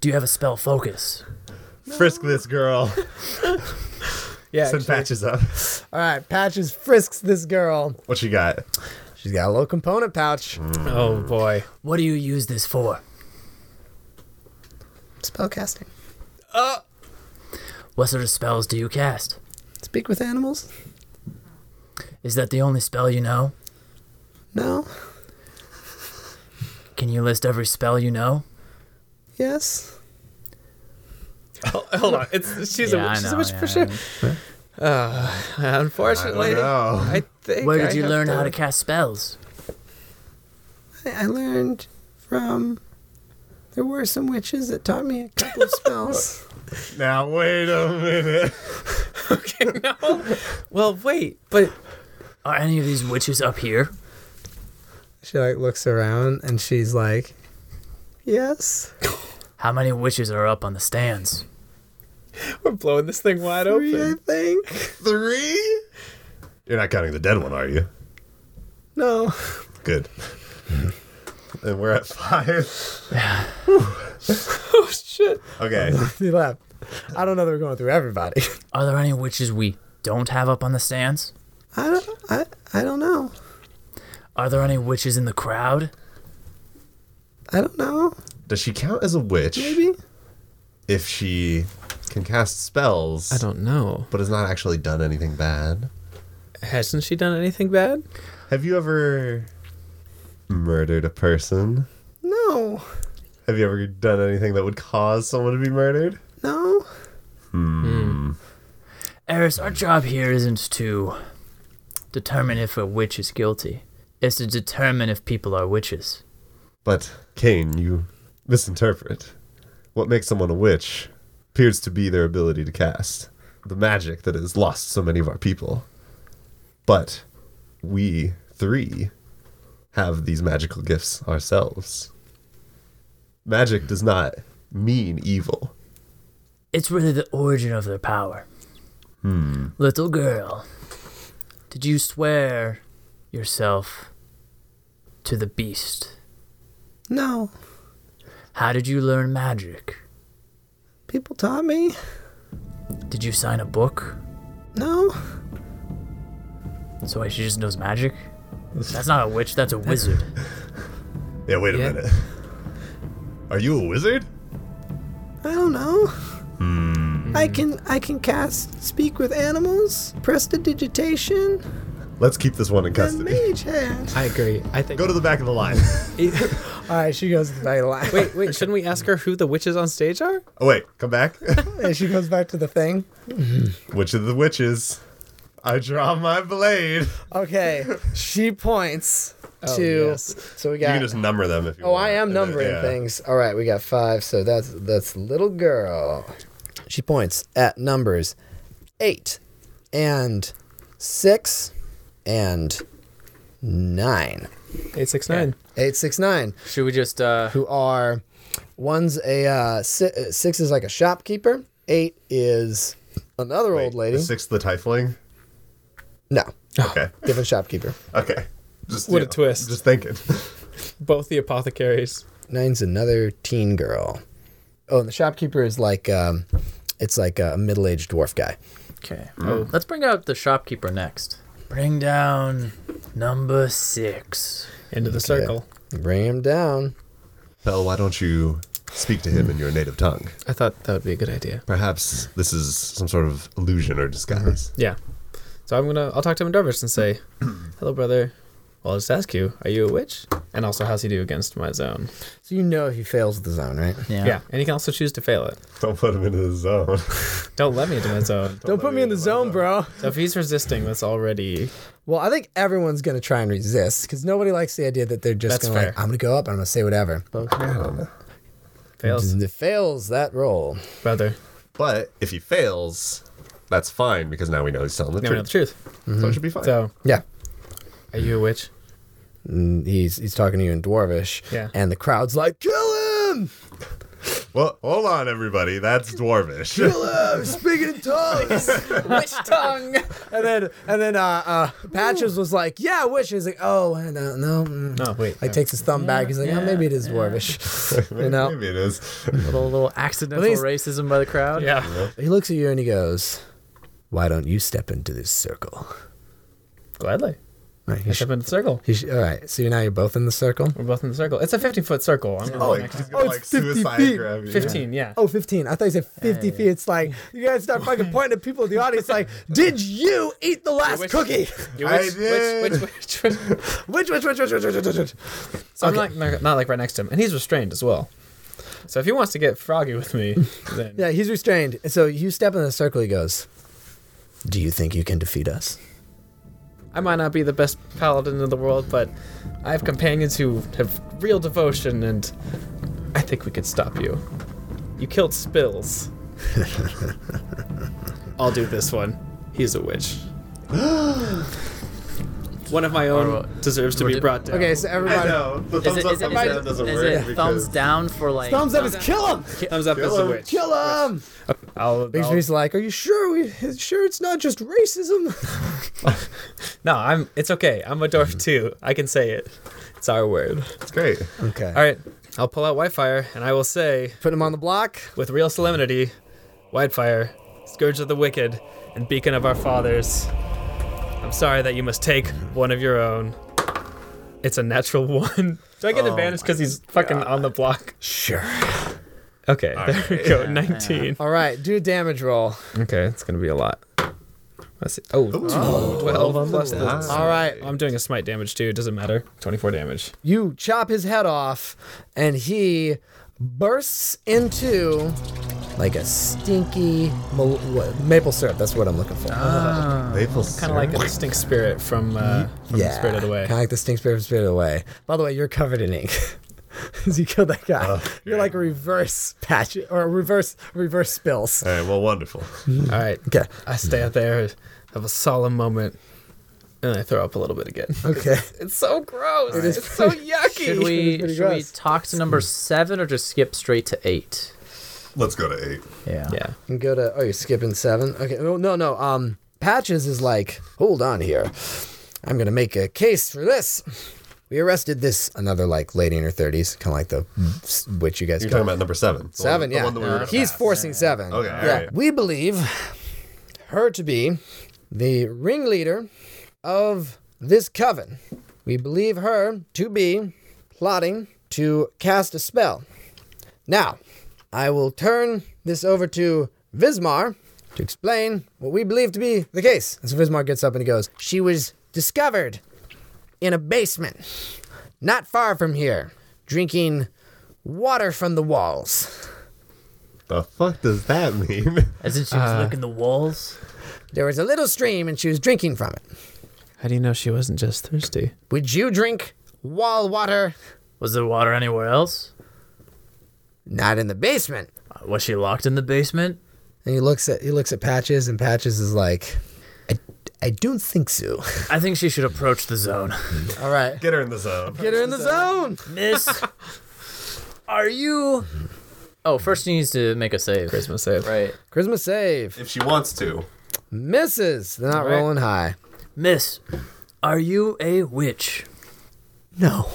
Speaker 5: Do you have a spell focus?
Speaker 3: [laughs] Frisk this girl.
Speaker 4: Yeah.
Speaker 3: Send patches up.
Speaker 2: All right, Patches frisks this girl.
Speaker 3: What you got?
Speaker 2: She's got a little component pouch.
Speaker 4: Oh, boy.
Speaker 5: What do you use this for?
Speaker 2: Spellcasting.
Speaker 5: What sort of spells do you cast?
Speaker 2: Speak with animals?
Speaker 5: Is that the only spell you know?
Speaker 2: No.
Speaker 5: Can you list every spell you know?
Speaker 2: Yes.
Speaker 4: Hold on. It's, she's
Speaker 5: Yeah,
Speaker 4: a,
Speaker 5: I
Speaker 4: she's
Speaker 5: know,
Speaker 4: a witch for sure.
Speaker 5: yeah.
Speaker 4: Uh, unfortunately, I,
Speaker 3: No.
Speaker 4: think.
Speaker 5: Where
Speaker 4: I
Speaker 5: did you
Speaker 4: have
Speaker 5: learn how to cast spells?
Speaker 2: I, I learned from. There were some witches that taught me a couple of
Speaker 4: [laughs]
Speaker 2: spells.
Speaker 3: Now wait a minute.
Speaker 4: Well, wait, but
Speaker 5: Are any of these witches up here?
Speaker 2: she like looks around and she's like,
Speaker 4: [laughs]
Speaker 2: "Yes,
Speaker 5: How many witches are up on the stands?
Speaker 4: we're blowing this thing wide
Speaker 2: three, I
Speaker 4: open.
Speaker 2: think.
Speaker 3: [laughs] Three. [laughs] You're not counting the dead one, are you?
Speaker 2: No,
Speaker 3: Good. and we're at five.
Speaker 4: [laughs] Oh shit!
Speaker 3: Okay.
Speaker 2: He left. I don't know they were going through
Speaker 4: [laughs]
Speaker 2: everybody.
Speaker 5: Are there any witches we don't have up on the stands?
Speaker 2: I don't, I, I don't know.
Speaker 5: Are there any witches in the crowd?
Speaker 2: I don't know.
Speaker 3: Does she count as a witch
Speaker 2: Maybe.
Speaker 3: if she can cast spells?
Speaker 4: I don't know.
Speaker 3: But has not actually done anything bad.
Speaker 4: Hasn't she done anything bad?
Speaker 3: Have you ever murdered a person?
Speaker 2: No.
Speaker 3: Have you ever done anything that would cause someone to be murdered?
Speaker 2: No.
Speaker 5: Eris, our job here isn't to determine if a witch is guilty. It's to determine if people are witches.
Speaker 3: But Kane, you misinterpret. What makes someone a witch appears to be their ability to cast the magic that has lost so many of our people. But we three have these magical gifts ourselves. Magic does not mean evil.
Speaker 5: It's really the origin of their power. Little girl, did you swear yourself to the beast?
Speaker 2: No.
Speaker 5: How did you learn magic?
Speaker 2: People taught me.
Speaker 5: Did you sign a book
Speaker 2: No.
Speaker 5: so she just knows magic? That's not a witch, that's a wizard.
Speaker 3: Yeah, wait a
Speaker 4: Yeah.
Speaker 3: minute. Are you a wizard?
Speaker 2: I don't know. I can I can cast speak with animals, prestidigitation,
Speaker 3: Let's keep this one in
Speaker 2: and
Speaker 3: custody.
Speaker 2: mage hand.
Speaker 4: I agree. I think.
Speaker 3: Go to the back of the line.
Speaker 2: [laughs] All right, she goes back to [laughs] line.
Speaker 4: [laughs] wait, [laughs] wait. Shouldn't we ask her who the witches on stage are?
Speaker 3: [laughs] Oh wait, come back.
Speaker 2: and she goes back to the thing.
Speaker 3: Which of the witches? I draw my blade.
Speaker 2: Okay, she points
Speaker 4: Oh,
Speaker 2: to.
Speaker 4: yes.
Speaker 2: So we
Speaker 3: You
Speaker 2: got.
Speaker 3: can just number them if you
Speaker 2: oh,
Speaker 3: want.
Speaker 2: I am
Speaker 3: And then-
Speaker 2: numbering
Speaker 3: yeah.
Speaker 2: things. All right, we got five. So that's that's little girl. She points at numbers eight and six and nine.
Speaker 4: Eight six nine.
Speaker 2: Eight, six, nine.
Speaker 5: Should we just, uh.
Speaker 2: who are one's a uh, si- uh, six is like a shopkeeper, eight is another
Speaker 3: Wait,
Speaker 2: old lady.
Speaker 3: The sixth, the tiefling.
Speaker 2: No,
Speaker 3: Okay,
Speaker 2: different shopkeeper.
Speaker 3: okay. Just
Speaker 4: What
Speaker 3: you
Speaker 4: a twist.
Speaker 3: Just thinking. [laughs]
Speaker 4: Both the apothecaries.
Speaker 2: Nine's another teen girl. Oh, and the shopkeeper is like um, it's like a middle aged dwarf guy.
Speaker 5: Okay.
Speaker 3: Hmm.
Speaker 5: Oh, Let's bring out the shopkeeper next. Bring down number six.
Speaker 4: End of the circle.
Speaker 2: Bring him down.
Speaker 3: Bell, why don't you speak to him in your native tongue?
Speaker 4: I thought that would be a good idea.
Speaker 3: Perhaps this is some sort of illusion or disguise.
Speaker 4: Yeah. So I'm gonna. I'll talk to him in Dervish and say, "Hello, brother. Well, I'll just ask you, are you a witch? And also, how's he do against my zone?
Speaker 2: So you know if he fails the zone, right?
Speaker 5: Yeah.
Speaker 4: yeah. And he can also choose to fail it.
Speaker 3: [laughs] Don't put him into the zone.
Speaker 4: Don't let me into my zone.
Speaker 2: Don't put me in the zone, bro.
Speaker 4: So if he's resisting, that's already
Speaker 2: Well, I think everyone's gonna try and resist because nobody likes the idea that they're just
Speaker 4: That's
Speaker 2: gonna like,
Speaker 4: fair.
Speaker 2: I'm gonna go up, I'm gonna say whatever.
Speaker 4: fails,
Speaker 2: [laughs] It fails that roll.
Speaker 4: brother.
Speaker 3: [laughs] But if he fails, that's fine because now we know he's telling the
Speaker 4: Now we know the
Speaker 3: truth.
Speaker 4: truth.
Speaker 3: So it should be
Speaker 2: Mm-hmm.
Speaker 3: fine.
Speaker 4: So,
Speaker 2: Yeah.
Speaker 4: are you a witch?
Speaker 2: And he's he's talking to you in dwarvish.
Speaker 4: Yeah.
Speaker 2: And the crowd's like, kill him!
Speaker 3: well, hold on, everybody. That's dwarvish.
Speaker 2: Hello, speaking in tongues. Witch tongue. And then and then uh, uh Patches was like, yeah, witch. He's like, oh I don't know. Mm.
Speaker 4: No, wait.
Speaker 2: Like takes his thumb back. He's like, oh, maybe it is [laughs] dwarvish. you know.
Speaker 3: [laughs] Maybe it [laughs] is.
Speaker 5: Little, little accidental
Speaker 2: Please.
Speaker 5: racism by the crowd.
Speaker 4: yeah.
Speaker 2: He looks at you and he goes, why don't you step into this circle?
Speaker 4: Gladly.
Speaker 2: All right,
Speaker 4: I
Speaker 2: he sh-
Speaker 4: step into the circle.
Speaker 2: he sh- all right. So now you're both in the circle.
Speaker 4: We're both in the circle. It's a 15 foot circle. I'm
Speaker 3: Oh, like,
Speaker 4: going next.
Speaker 3: he's gonna,
Speaker 2: Oh,
Speaker 3: like
Speaker 2: it's 50
Speaker 3: suicide
Speaker 2: feet.
Speaker 3: grab you.
Speaker 4: 15, yeah.
Speaker 2: Oh, 15. I thought you said 50 feet. It's like, you guys start fucking pointing at people in the audience like, did you eat the last
Speaker 4: wish-
Speaker 2: cookie?
Speaker 4: You
Speaker 3: I
Speaker 4: witch,
Speaker 3: did.
Speaker 4: Witch, witch, witch, witch.
Speaker 2: [laughs] Which, which, which, which, which, which, which, which.
Speaker 4: So I'm not, not like right next to him. And he's restrained as well. So if he wants to get froggy
Speaker 3: [laughs]
Speaker 4: with me, then
Speaker 2: Yeah, he's restrained. So you step in the circle. He goes, "Do you think you can defeat us?"
Speaker 4: I might not be the best paladin in the world, but I have companions who have real devotion, and I think we could stop you. You killed
Speaker 3: [laughs]
Speaker 4: Spills. I'll do this one. He's a
Speaker 3: [gasps]
Speaker 4: witch. one of my own deserves to be brought down.
Speaker 2: Okay, so
Speaker 3: I
Speaker 2: everybody,
Speaker 3: know. The thumbs up, thumbs down doesn't work. because-
Speaker 5: down for like?
Speaker 2: thumbs up is kill him,
Speaker 4: Thumbs up as a
Speaker 3: him.
Speaker 4: witch.
Speaker 2: kill him.
Speaker 4: I'll,
Speaker 2: Big
Speaker 4: I'll-
Speaker 2: Street's like, "Are you sure? We sure it's not just racism?"
Speaker 4: Mhm. no, I'm. It's okay. I'm a dwarf too. I can say it. It's our word.
Speaker 3: It's great.
Speaker 2: [laughs] Okay.
Speaker 4: All right, I'll pull out Whitefire and I will say
Speaker 2: Put him on the block.
Speaker 4: with real solemnity, Whitefire, Scourge of the Wicked, and Beacon of Our Fathers. I'm sorry that you must take one of your own. It's a natural [laughs] one. Do I get advantage because he's fucking on the block?
Speaker 2: Sure.
Speaker 4: Okay, there we go. 19.
Speaker 2: All right. Do a damage roll.
Speaker 4: Okay, it's gonna be a lot. Let's see. Oh, 12 plus the-
Speaker 2: All right.
Speaker 4: I'm doing a smite damage too. It doesn't matter. 24 damage.
Speaker 2: You chop his head off, and he bursts into like a stinky mal- what- maple syrup. That's what I'm looking for.
Speaker 3: Maple
Speaker 4: Kind of like a [laughs] distinct spirit from, uh, from the Spirit of the Way.
Speaker 2: Kind of like the stink spirit of Spirit of the Way. By the way, you're covered in ink. [laughs] 'Cause you killed that guy. you're like a reverse patch or reverse reverse
Speaker 3: [laughs]
Speaker 2: spills.
Speaker 3: All right, well, wonderful.
Speaker 4: All right.
Speaker 2: Okay.
Speaker 4: I stay out there, have a solemn moment, and I throw up a little bit again.
Speaker 2: Okay.
Speaker 4: It's so gross. It is it's so yucky.
Speaker 6: Should we
Speaker 2: pretty
Speaker 6: should we
Speaker 2: gross.
Speaker 6: talk to number seven or just skip straight to eight?
Speaker 3: Let's go to eight.
Speaker 6: Yeah.
Speaker 4: Yeah.
Speaker 2: And go to oh, you're skipping seven. Okay. No, no, no. Um, patches is like hold on here. I'm gonna make a case for this. We arrested this another like lady in her thirties, kind of like the s- witch you guys
Speaker 3: You're
Speaker 2: call.
Speaker 3: talking about number seven. The
Speaker 2: Seven,
Speaker 3: one- the
Speaker 2: yeah.
Speaker 3: one that we were gonna
Speaker 2: He's
Speaker 3: pass.
Speaker 2: forcing seven.
Speaker 3: Okay,
Speaker 2: Yeah.
Speaker 3: alright.
Speaker 2: We believe her to be the ringleader of this coven. We believe her to be plotting to cast a spell. Now, I will turn this over to Vismar to explain what we believe to be the case. And so Vismar gets up and he goes, She was discovered in a basement not far from here, drinking water from the walls.
Speaker 3: The fuck does that mean? [laughs]
Speaker 5: As if she was
Speaker 3: Uh,
Speaker 5: licking the walls.
Speaker 2: There was a little stream and she was drinking from it.
Speaker 4: How do you know she wasn't just thirsty?
Speaker 2: Would you drink wall water?
Speaker 5: Was there water anywhere else?
Speaker 2: Not in the basement.
Speaker 5: Was she locked in the basement?
Speaker 2: And he looks at he looks at Patches and Patches is like I, I don't think so.
Speaker 5: I think she should approach the zone.
Speaker 2: All right.
Speaker 3: Get her in the zone.
Speaker 2: [laughs] Get her in the zone.
Speaker 5: Miss, are you?
Speaker 6: Oh, first he needs to make a save.
Speaker 4: Charisma save.
Speaker 6: Right.
Speaker 2: Charisma save.
Speaker 3: If she wants to.
Speaker 2: Misses. They're not
Speaker 4: right.
Speaker 2: rolling high.
Speaker 5: Miss, are you a witch?
Speaker 2: No.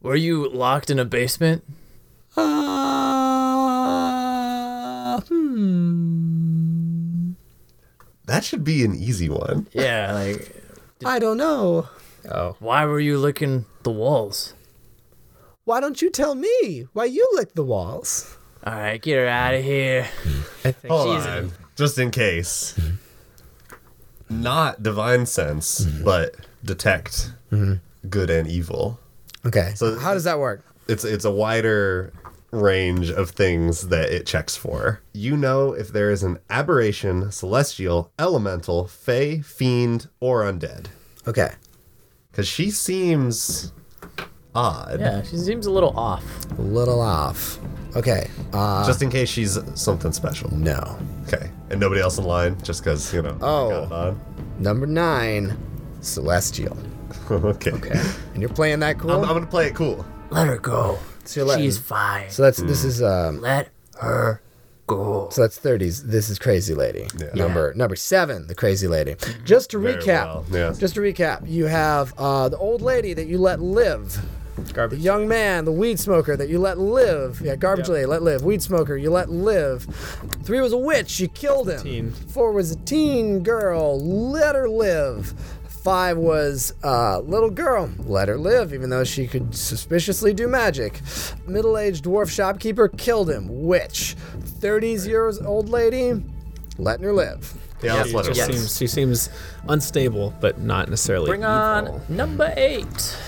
Speaker 5: Were you locked in a basement?
Speaker 2: Ah,
Speaker 3: That should be an easy one.
Speaker 5: Yeah, like
Speaker 2: I don't know.
Speaker 4: Oh.
Speaker 5: why were you licking the walls?
Speaker 2: Why don't you tell me why you licked the walls?
Speaker 5: All right, get her out of here.
Speaker 3: Hold on. Just in case. Not divine sense,
Speaker 2: Mm-hmm.
Speaker 3: but detect good and evil.
Speaker 2: Okay. So
Speaker 3: So-
Speaker 2: how does that work?
Speaker 3: it's it's a wider range of things that it checks for. You know if there is an aberration, celestial, elemental, fey, fiend, or undead.
Speaker 2: Okay.
Speaker 3: Cause she seems odd.
Speaker 6: Yeah, she seems a little off.
Speaker 2: A little off. Okay. Uh
Speaker 3: Just in case she's something special.
Speaker 2: no.
Speaker 3: Okay. And nobody else in line, just because, you know, I
Speaker 2: Oh.
Speaker 3: got it on.
Speaker 2: Number 9, Celestial.
Speaker 3: [laughs] okay.
Speaker 2: And you're playing that cool?
Speaker 3: I'm, I'm gonna play it cool.
Speaker 5: Let her go.
Speaker 2: So you're letting-
Speaker 5: She's fine.
Speaker 2: So that's this is um
Speaker 5: Let her go.
Speaker 2: so that's 30s. This is Crazy Lady.
Speaker 3: Yeah.
Speaker 2: Number number 7, the Crazy Lady. Just to
Speaker 3: Very
Speaker 2: recap.
Speaker 3: well, yeah.
Speaker 2: Just to recap, you have uh, the old lady that you let live. The
Speaker 4: Garbage.
Speaker 2: young man, the weed smoker that you let live. Yeah, garbage lady, let live. Weed smoker, you let live. Three was a witch, you killed him.
Speaker 4: Teen.
Speaker 2: Four was a teen girl, let her live. Five was uh, little girl, let her live, even though she could suspiciously do magic. Middle aged dwarf shopkeeper killed him, witch. 30s years old lady, letting her live.
Speaker 3: Yeah, let's
Speaker 4: She
Speaker 3: let her
Speaker 4: just
Speaker 3: play.
Speaker 4: seems, she seems unstable, but not necessarily.
Speaker 6: Bring on number eight.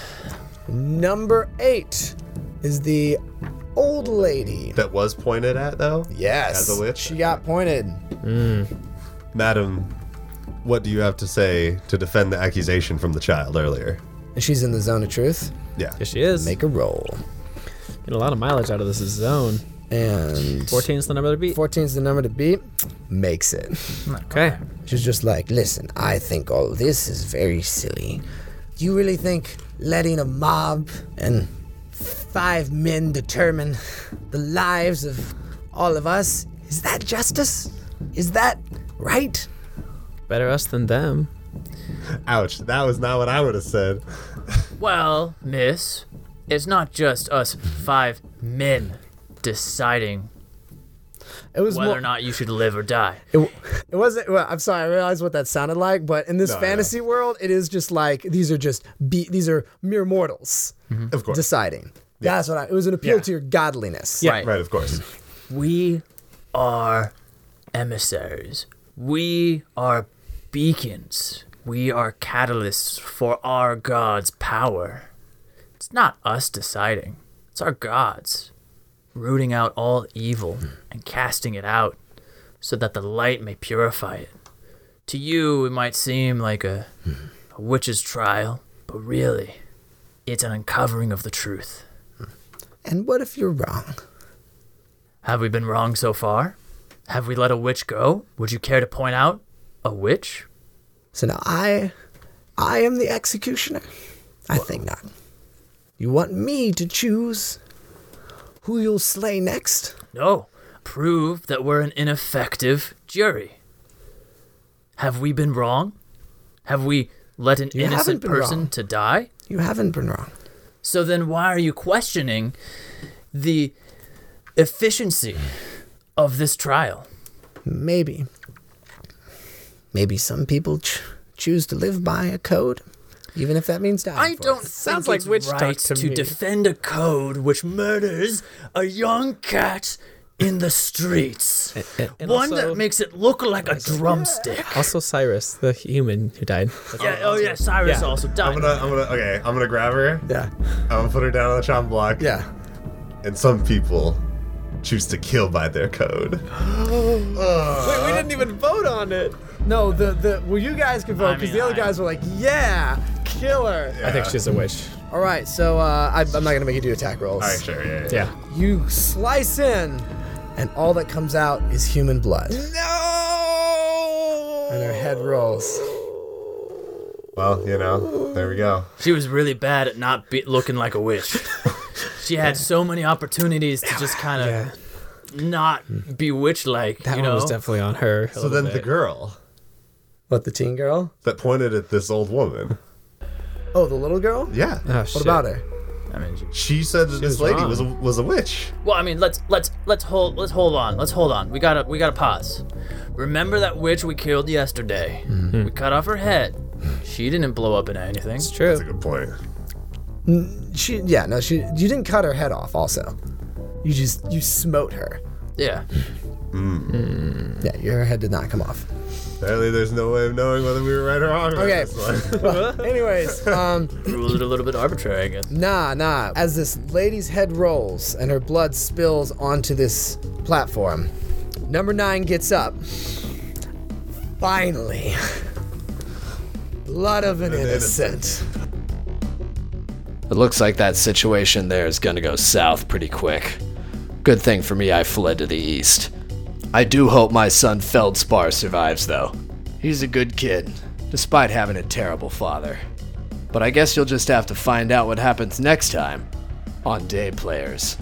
Speaker 2: Number eight is the old lady.
Speaker 3: That was pointed at though?
Speaker 2: Yes.
Speaker 3: As a witch?
Speaker 2: She got pointed.
Speaker 3: Madam, what do you have to say to defend the accusation from the child earlier?
Speaker 2: She's in the zone of truth.
Speaker 3: Yeah.
Speaker 4: Here she is.
Speaker 2: Make a roll.
Speaker 4: Getting a lot of mileage out of this zone.
Speaker 2: And
Speaker 4: 14 is the number to beat.
Speaker 2: 14 is the number to beat. Makes it.
Speaker 4: Okay.
Speaker 2: She's just like, listen, I think all this is very silly. Do you really think letting a mob and five men determine the lives of all of us is that justice? Is that right?
Speaker 4: Better us than them.
Speaker 3: Ouch, that was not what I would have said.
Speaker 5: Well, miss, it's not just us five men deciding
Speaker 2: It was
Speaker 5: whether
Speaker 2: more,
Speaker 5: or not you should live or die.
Speaker 2: It, w- it wasn't. Well, I'm sorry. I realized what that sounded like, but in this
Speaker 3: No, I know.
Speaker 2: fantasy world, it is just like these are just be, these are mere mortals
Speaker 3: Of course.
Speaker 2: deciding. That's what I. It was an appeal
Speaker 3: Yeah.
Speaker 2: to your godliness.
Speaker 5: Yeah. Right.
Speaker 3: Right, of course.
Speaker 7: We
Speaker 5: Are emissaries. We are beacons. We are catalysts for our God's power. It's not us deciding, it's our God's rooting out all evil and casting it out so that the light may purify it. To you, it might seem like a, a witch's trial, but really, it's an uncovering of the truth.
Speaker 2: And what if you're wrong?
Speaker 5: Have we been wrong so far? Have we let a witch go? Would you care to point out a witch?
Speaker 2: So now I, I am the executioner. I think not. You want me to choose who you'll slay next?
Speaker 5: No. Prove that we're an ineffective jury. Have we been wrong? Have we let an
Speaker 2: You haven't
Speaker 5: innocent
Speaker 2: been
Speaker 5: person
Speaker 2: wrong.
Speaker 5: to die?
Speaker 2: You haven't been wrong.
Speaker 5: So then why are you questioning the efficiency of this trial?
Speaker 2: Maybe. Maybe some people ch- choose to live by a code, even if that means dying.
Speaker 5: I
Speaker 2: for it.
Speaker 5: don't
Speaker 4: Sounds
Speaker 5: think it's
Speaker 4: like witch talk
Speaker 5: right
Speaker 4: to me.
Speaker 5: defend a code which murders a young cat in the streets.
Speaker 4: [laughs] and
Speaker 5: One
Speaker 4: also-
Speaker 5: that makes it look like a drumstick.
Speaker 4: Also, Cyrus, the human who died.
Speaker 5: Yeah, oh yeah, Cyrus
Speaker 4: Yeah.
Speaker 5: also
Speaker 3: I'm
Speaker 5: died.
Speaker 3: gonna, I'm gonna, okay, I'm gonna grab her.
Speaker 2: Yeah.
Speaker 3: I'm gonna put her down on the chopping block.
Speaker 2: Yeah.
Speaker 3: And some people choose to kill by their code.
Speaker 4: Wait, we didn't even vote on it.
Speaker 2: No, the the well, you guys can vote
Speaker 5: I
Speaker 2: because
Speaker 5: mean,
Speaker 2: the other
Speaker 5: I-
Speaker 2: guys were like, yeah, killer.
Speaker 4: I think she's a witch.
Speaker 2: All right, so uh, I, I'm not gonna make you do attack rolls.
Speaker 3: All right, sure, yeah, yeah.
Speaker 4: Yeah.
Speaker 2: You slice in, and all that comes out is human blood.
Speaker 8: No!
Speaker 2: And her head rolls.
Speaker 3: Well, you know, there we go.
Speaker 5: She was really bad at not be- looking like a witch. [laughs] she had so many opportunities to just kind of
Speaker 4: Yeah.
Speaker 5: not be witch-like.
Speaker 4: That
Speaker 5: you
Speaker 4: one
Speaker 5: know?
Speaker 4: was definitely on her.
Speaker 3: So then the girl
Speaker 2: What the teen girl?
Speaker 3: that pointed at this old woman.
Speaker 2: Oh, the little girl.
Speaker 3: Yeah.
Speaker 4: Oh,
Speaker 2: What about her?
Speaker 5: I mean, she-
Speaker 3: She said that this
Speaker 4: Uh-huh. was
Speaker 3: lady
Speaker 4: wrong.
Speaker 3: was a, was a witch.
Speaker 5: well, I mean, let's let's let's hold let's hold on. Let's hold on. We gotta we gotta pause. Remember that witch we killed yesterday?
Speaker 3: Hmm.
Speaker 5: We cut off her head. She didn't blow up into anything.
Speaker 4: It's true.
Speaker 3: That's a good point.
Speaker 2: She, yeah, no, she. You didn't cut her head off. Also, you just you smote her.
Speaker 5: Yeah.
Speaker 2: Yeah, your head did not come off.
Speaker 3: Apparently, there's no way of knowing whether we were right or wrong. about
Speaker 2: Okay.
Speaker 3: this one. [laughs]
Speaker 2: Anyways, um,
Speaker 5: Ruled it a little bit arbitrary, I guess.
Speaker 2: nah, nah. As this lady's head rolls and her blood spills onto this platform, number nine gets up. Finally, blood of an,
Speaker 3: innocent.
Speaker 2: innocent.
Speaker 9: It looks like that situation there is gonna go south pretty quick. Good thing for me I fled to the east. I do hope my son Feldspar survives, though. He's a good kid, despite having a terrible father. But I guess you'll just have to find out what happens next time on Day Players.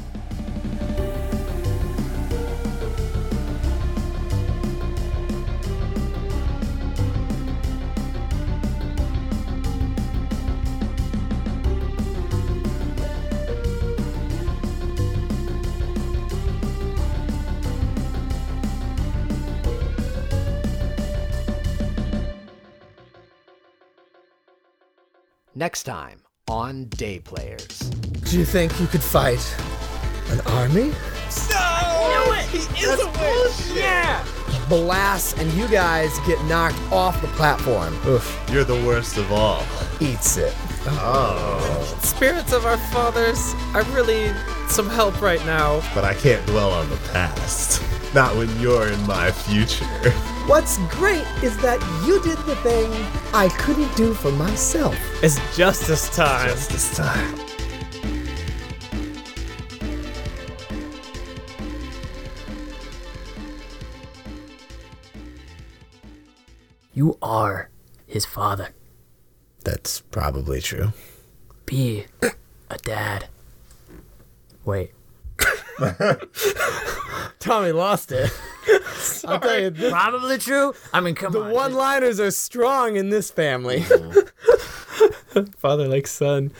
Speaker 9: Next time on Day Players.
Speaker 2: Do you think you could fight an army? Blast, and you guys get knocked off the platform. Oof.
Speaker 3: You're the worst of all.
Speaker 2: Eats it.
Speaker 4: Spirits of our fathers, I really need some help right now.
Speaker 3: But I can't dwell on the past. Not when you're in my future.
Speaker 2: What's great is that you did the thing I couldn't do for myself.
Speaker 4: It's justice time.
Speaker 3: Just this time.
Speaker 7: you are his father.
Speaker 2: That's probably true.
Speaker 7: Be a dad. Wait.
Speaker 2: Tommy lost it. [laughs] I'll tell you, the
Speaker 7: Probably true. I mean, come on.
Speaker 2: one liners are strong in this family. [laughs]
Speaker 4: Father like son.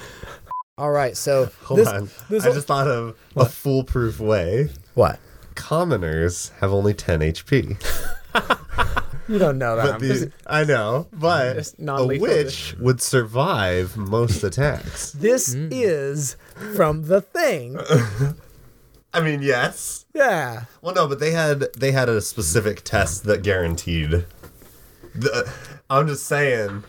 Speaker 2: All right, so
Speaker 3: Hold
Speaker 2: this-
Speaker 3: on.
Speaker 2: this
Speaker 3: I
Speaker 2: al-
Speaker 3: just thought of a foolproof way.
Speaker 2: what?
Speaker 3: Commoners have only 10 HP.
Speaker 2: You don't know that.
Speaker 3: [laughs] But the, I know, but
Speaker 4: Just
Speaker 3: a
Speaker 4: non-lethal
Speaker 3: witch would survive most attacks.
Speaker 2: this is from the thing.
Speaker 3: I mean, yes.
Speaker 2: Yeah.
Speaker 3: Well, no, but they had they had a specific test that guaranteed. The, I'm just saying.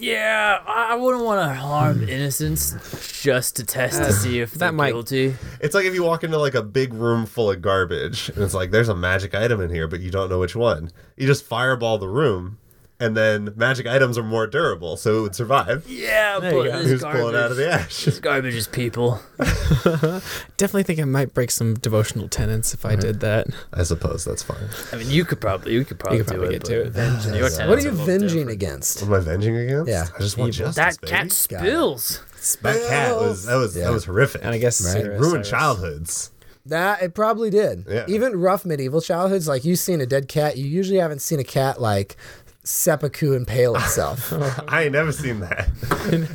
Speaker 5: Yeah, I I wouldn't want to harm innocents just to test
Speaker 3: [sighs]
Speaker 5: to see if they're
Speaker 4: might-
Speaker 5: guilty.
Speaker 3: It's like if you walk into like a big room full of garbage and it's like there's a magic item in here, but you don't know which one. You just fireball the room, and then magic items are more durable, so it would survive. [laughs]
Speaker 5: Yeah,
Speaker 4: you
Speaker 5: but
Speaker 4: go.
Speaker 5: this
Speaker 3: Who's
Speaker 5: garbage,
Speaker 3: pulling out of the ash?
Speaker 5: [laughs] this garbage is people.
Speaker 4: Definitely think I might break some devotional tenets if I did that.
Speaker 3: I suppose that's fine.
Speaker 5: I mean, you could probably, you could probably,
Speaker 4: You could probably
Speaker 5: do
Speaker 4: get
Speaker 5: it.
Speaker 3: [laughs]
Speaker 4: to it.
Speaker 5: but your tenants
Speaker 2: What are you
Speaker 5: a little
Speaker 2: venging
Speaker 5: different.
Speaker 2: against?
Speaker 3: Am I avenging against?
Speaker 2: Yeah.
Speaker 3: I just want justice.
Speaker 5: That
Speaker 3: baby.
Speaker 5: cat spills.
Speaker 3: That cat was that was
Speaker 2: Yeah.
Speaker 3: that was horrific.
Speaker 4: And I guess
Speaker 2: Right.
Speaker 4: Cyrus-
Speaker 3: ruined
Speaker 4: Cyrus-
Speaker 3: childhoods.
Speaker 2: That it probably did.
Speaker 3: Yeah.
Speaker 2: Even rough medieval childhoods, like you've seen a dead cat, you usually haven't seen a cat like seppuku impale itself.
Speaker 3: I ain't never seen that.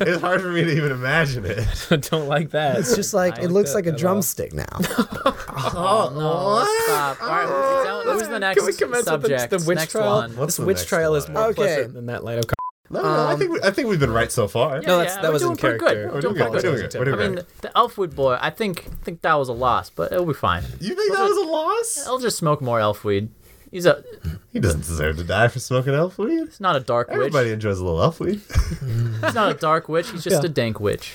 Speaker 3: [laughs] it's hard for me to even imagine it.
Speaker 4: Don't like that.
Speaker 2: it's
Speaker 4: [laughs]
Speaker 2: just like it
Speaker 4: like
Speaker 2: looks
Speaker 4: that
Speaker 2: like a
Speaker 4: at all.
Speaker 2: drumstick now.
Speaker 5: Oh, no, stop. All right, who's, down, who's the next
Speaker 4: Can we commence with the,
Speaker 5: subject?
Speaker 4: the witch
Speaker 5: next
Speaker 4: trial?
Speaker 5: one.
Speaker 3: What's
Speaker 4: this
Speaker 3: the
Speaker 4: witch
Speaker 3: next
Speaker 4: trial is
Speaker 3: one?
Speaker 4: more
Speaker 2: Okay.
Speaker 4: pleasant than that light of car-
Speaker 3: No, no, no, I think we, I think we've been right so far.
Speaker 4: No, that's,
Speaker 5: Um, yeah,
Speaker 4: that
Speaker 5: we're
Speaker 4: was in
Speaker 5: doing pretty good.
Speaker 4: character.
Speaker 5: We're
Speaker 3: doing
Speaker 4: Apologize.
Speaker 3: pretty good. We're
Speaker 5: I
Speaker 3: doing
Speaker 5: mean, the Elfwood boy. I think think that was a loss, but it'll be fine.
Speaker 3: You think that was a loss?
Speaker 5: I'll just smoke more Elfweed. He's a
Speaker 3: He doesn't deserve to die for smoking elf weed.
Speaker 5: he's not a dark witch.
Speaker 3: Everybody enjoys a little elf weed.
Speaker 5: He's not a dark witch. He's just a dank witch.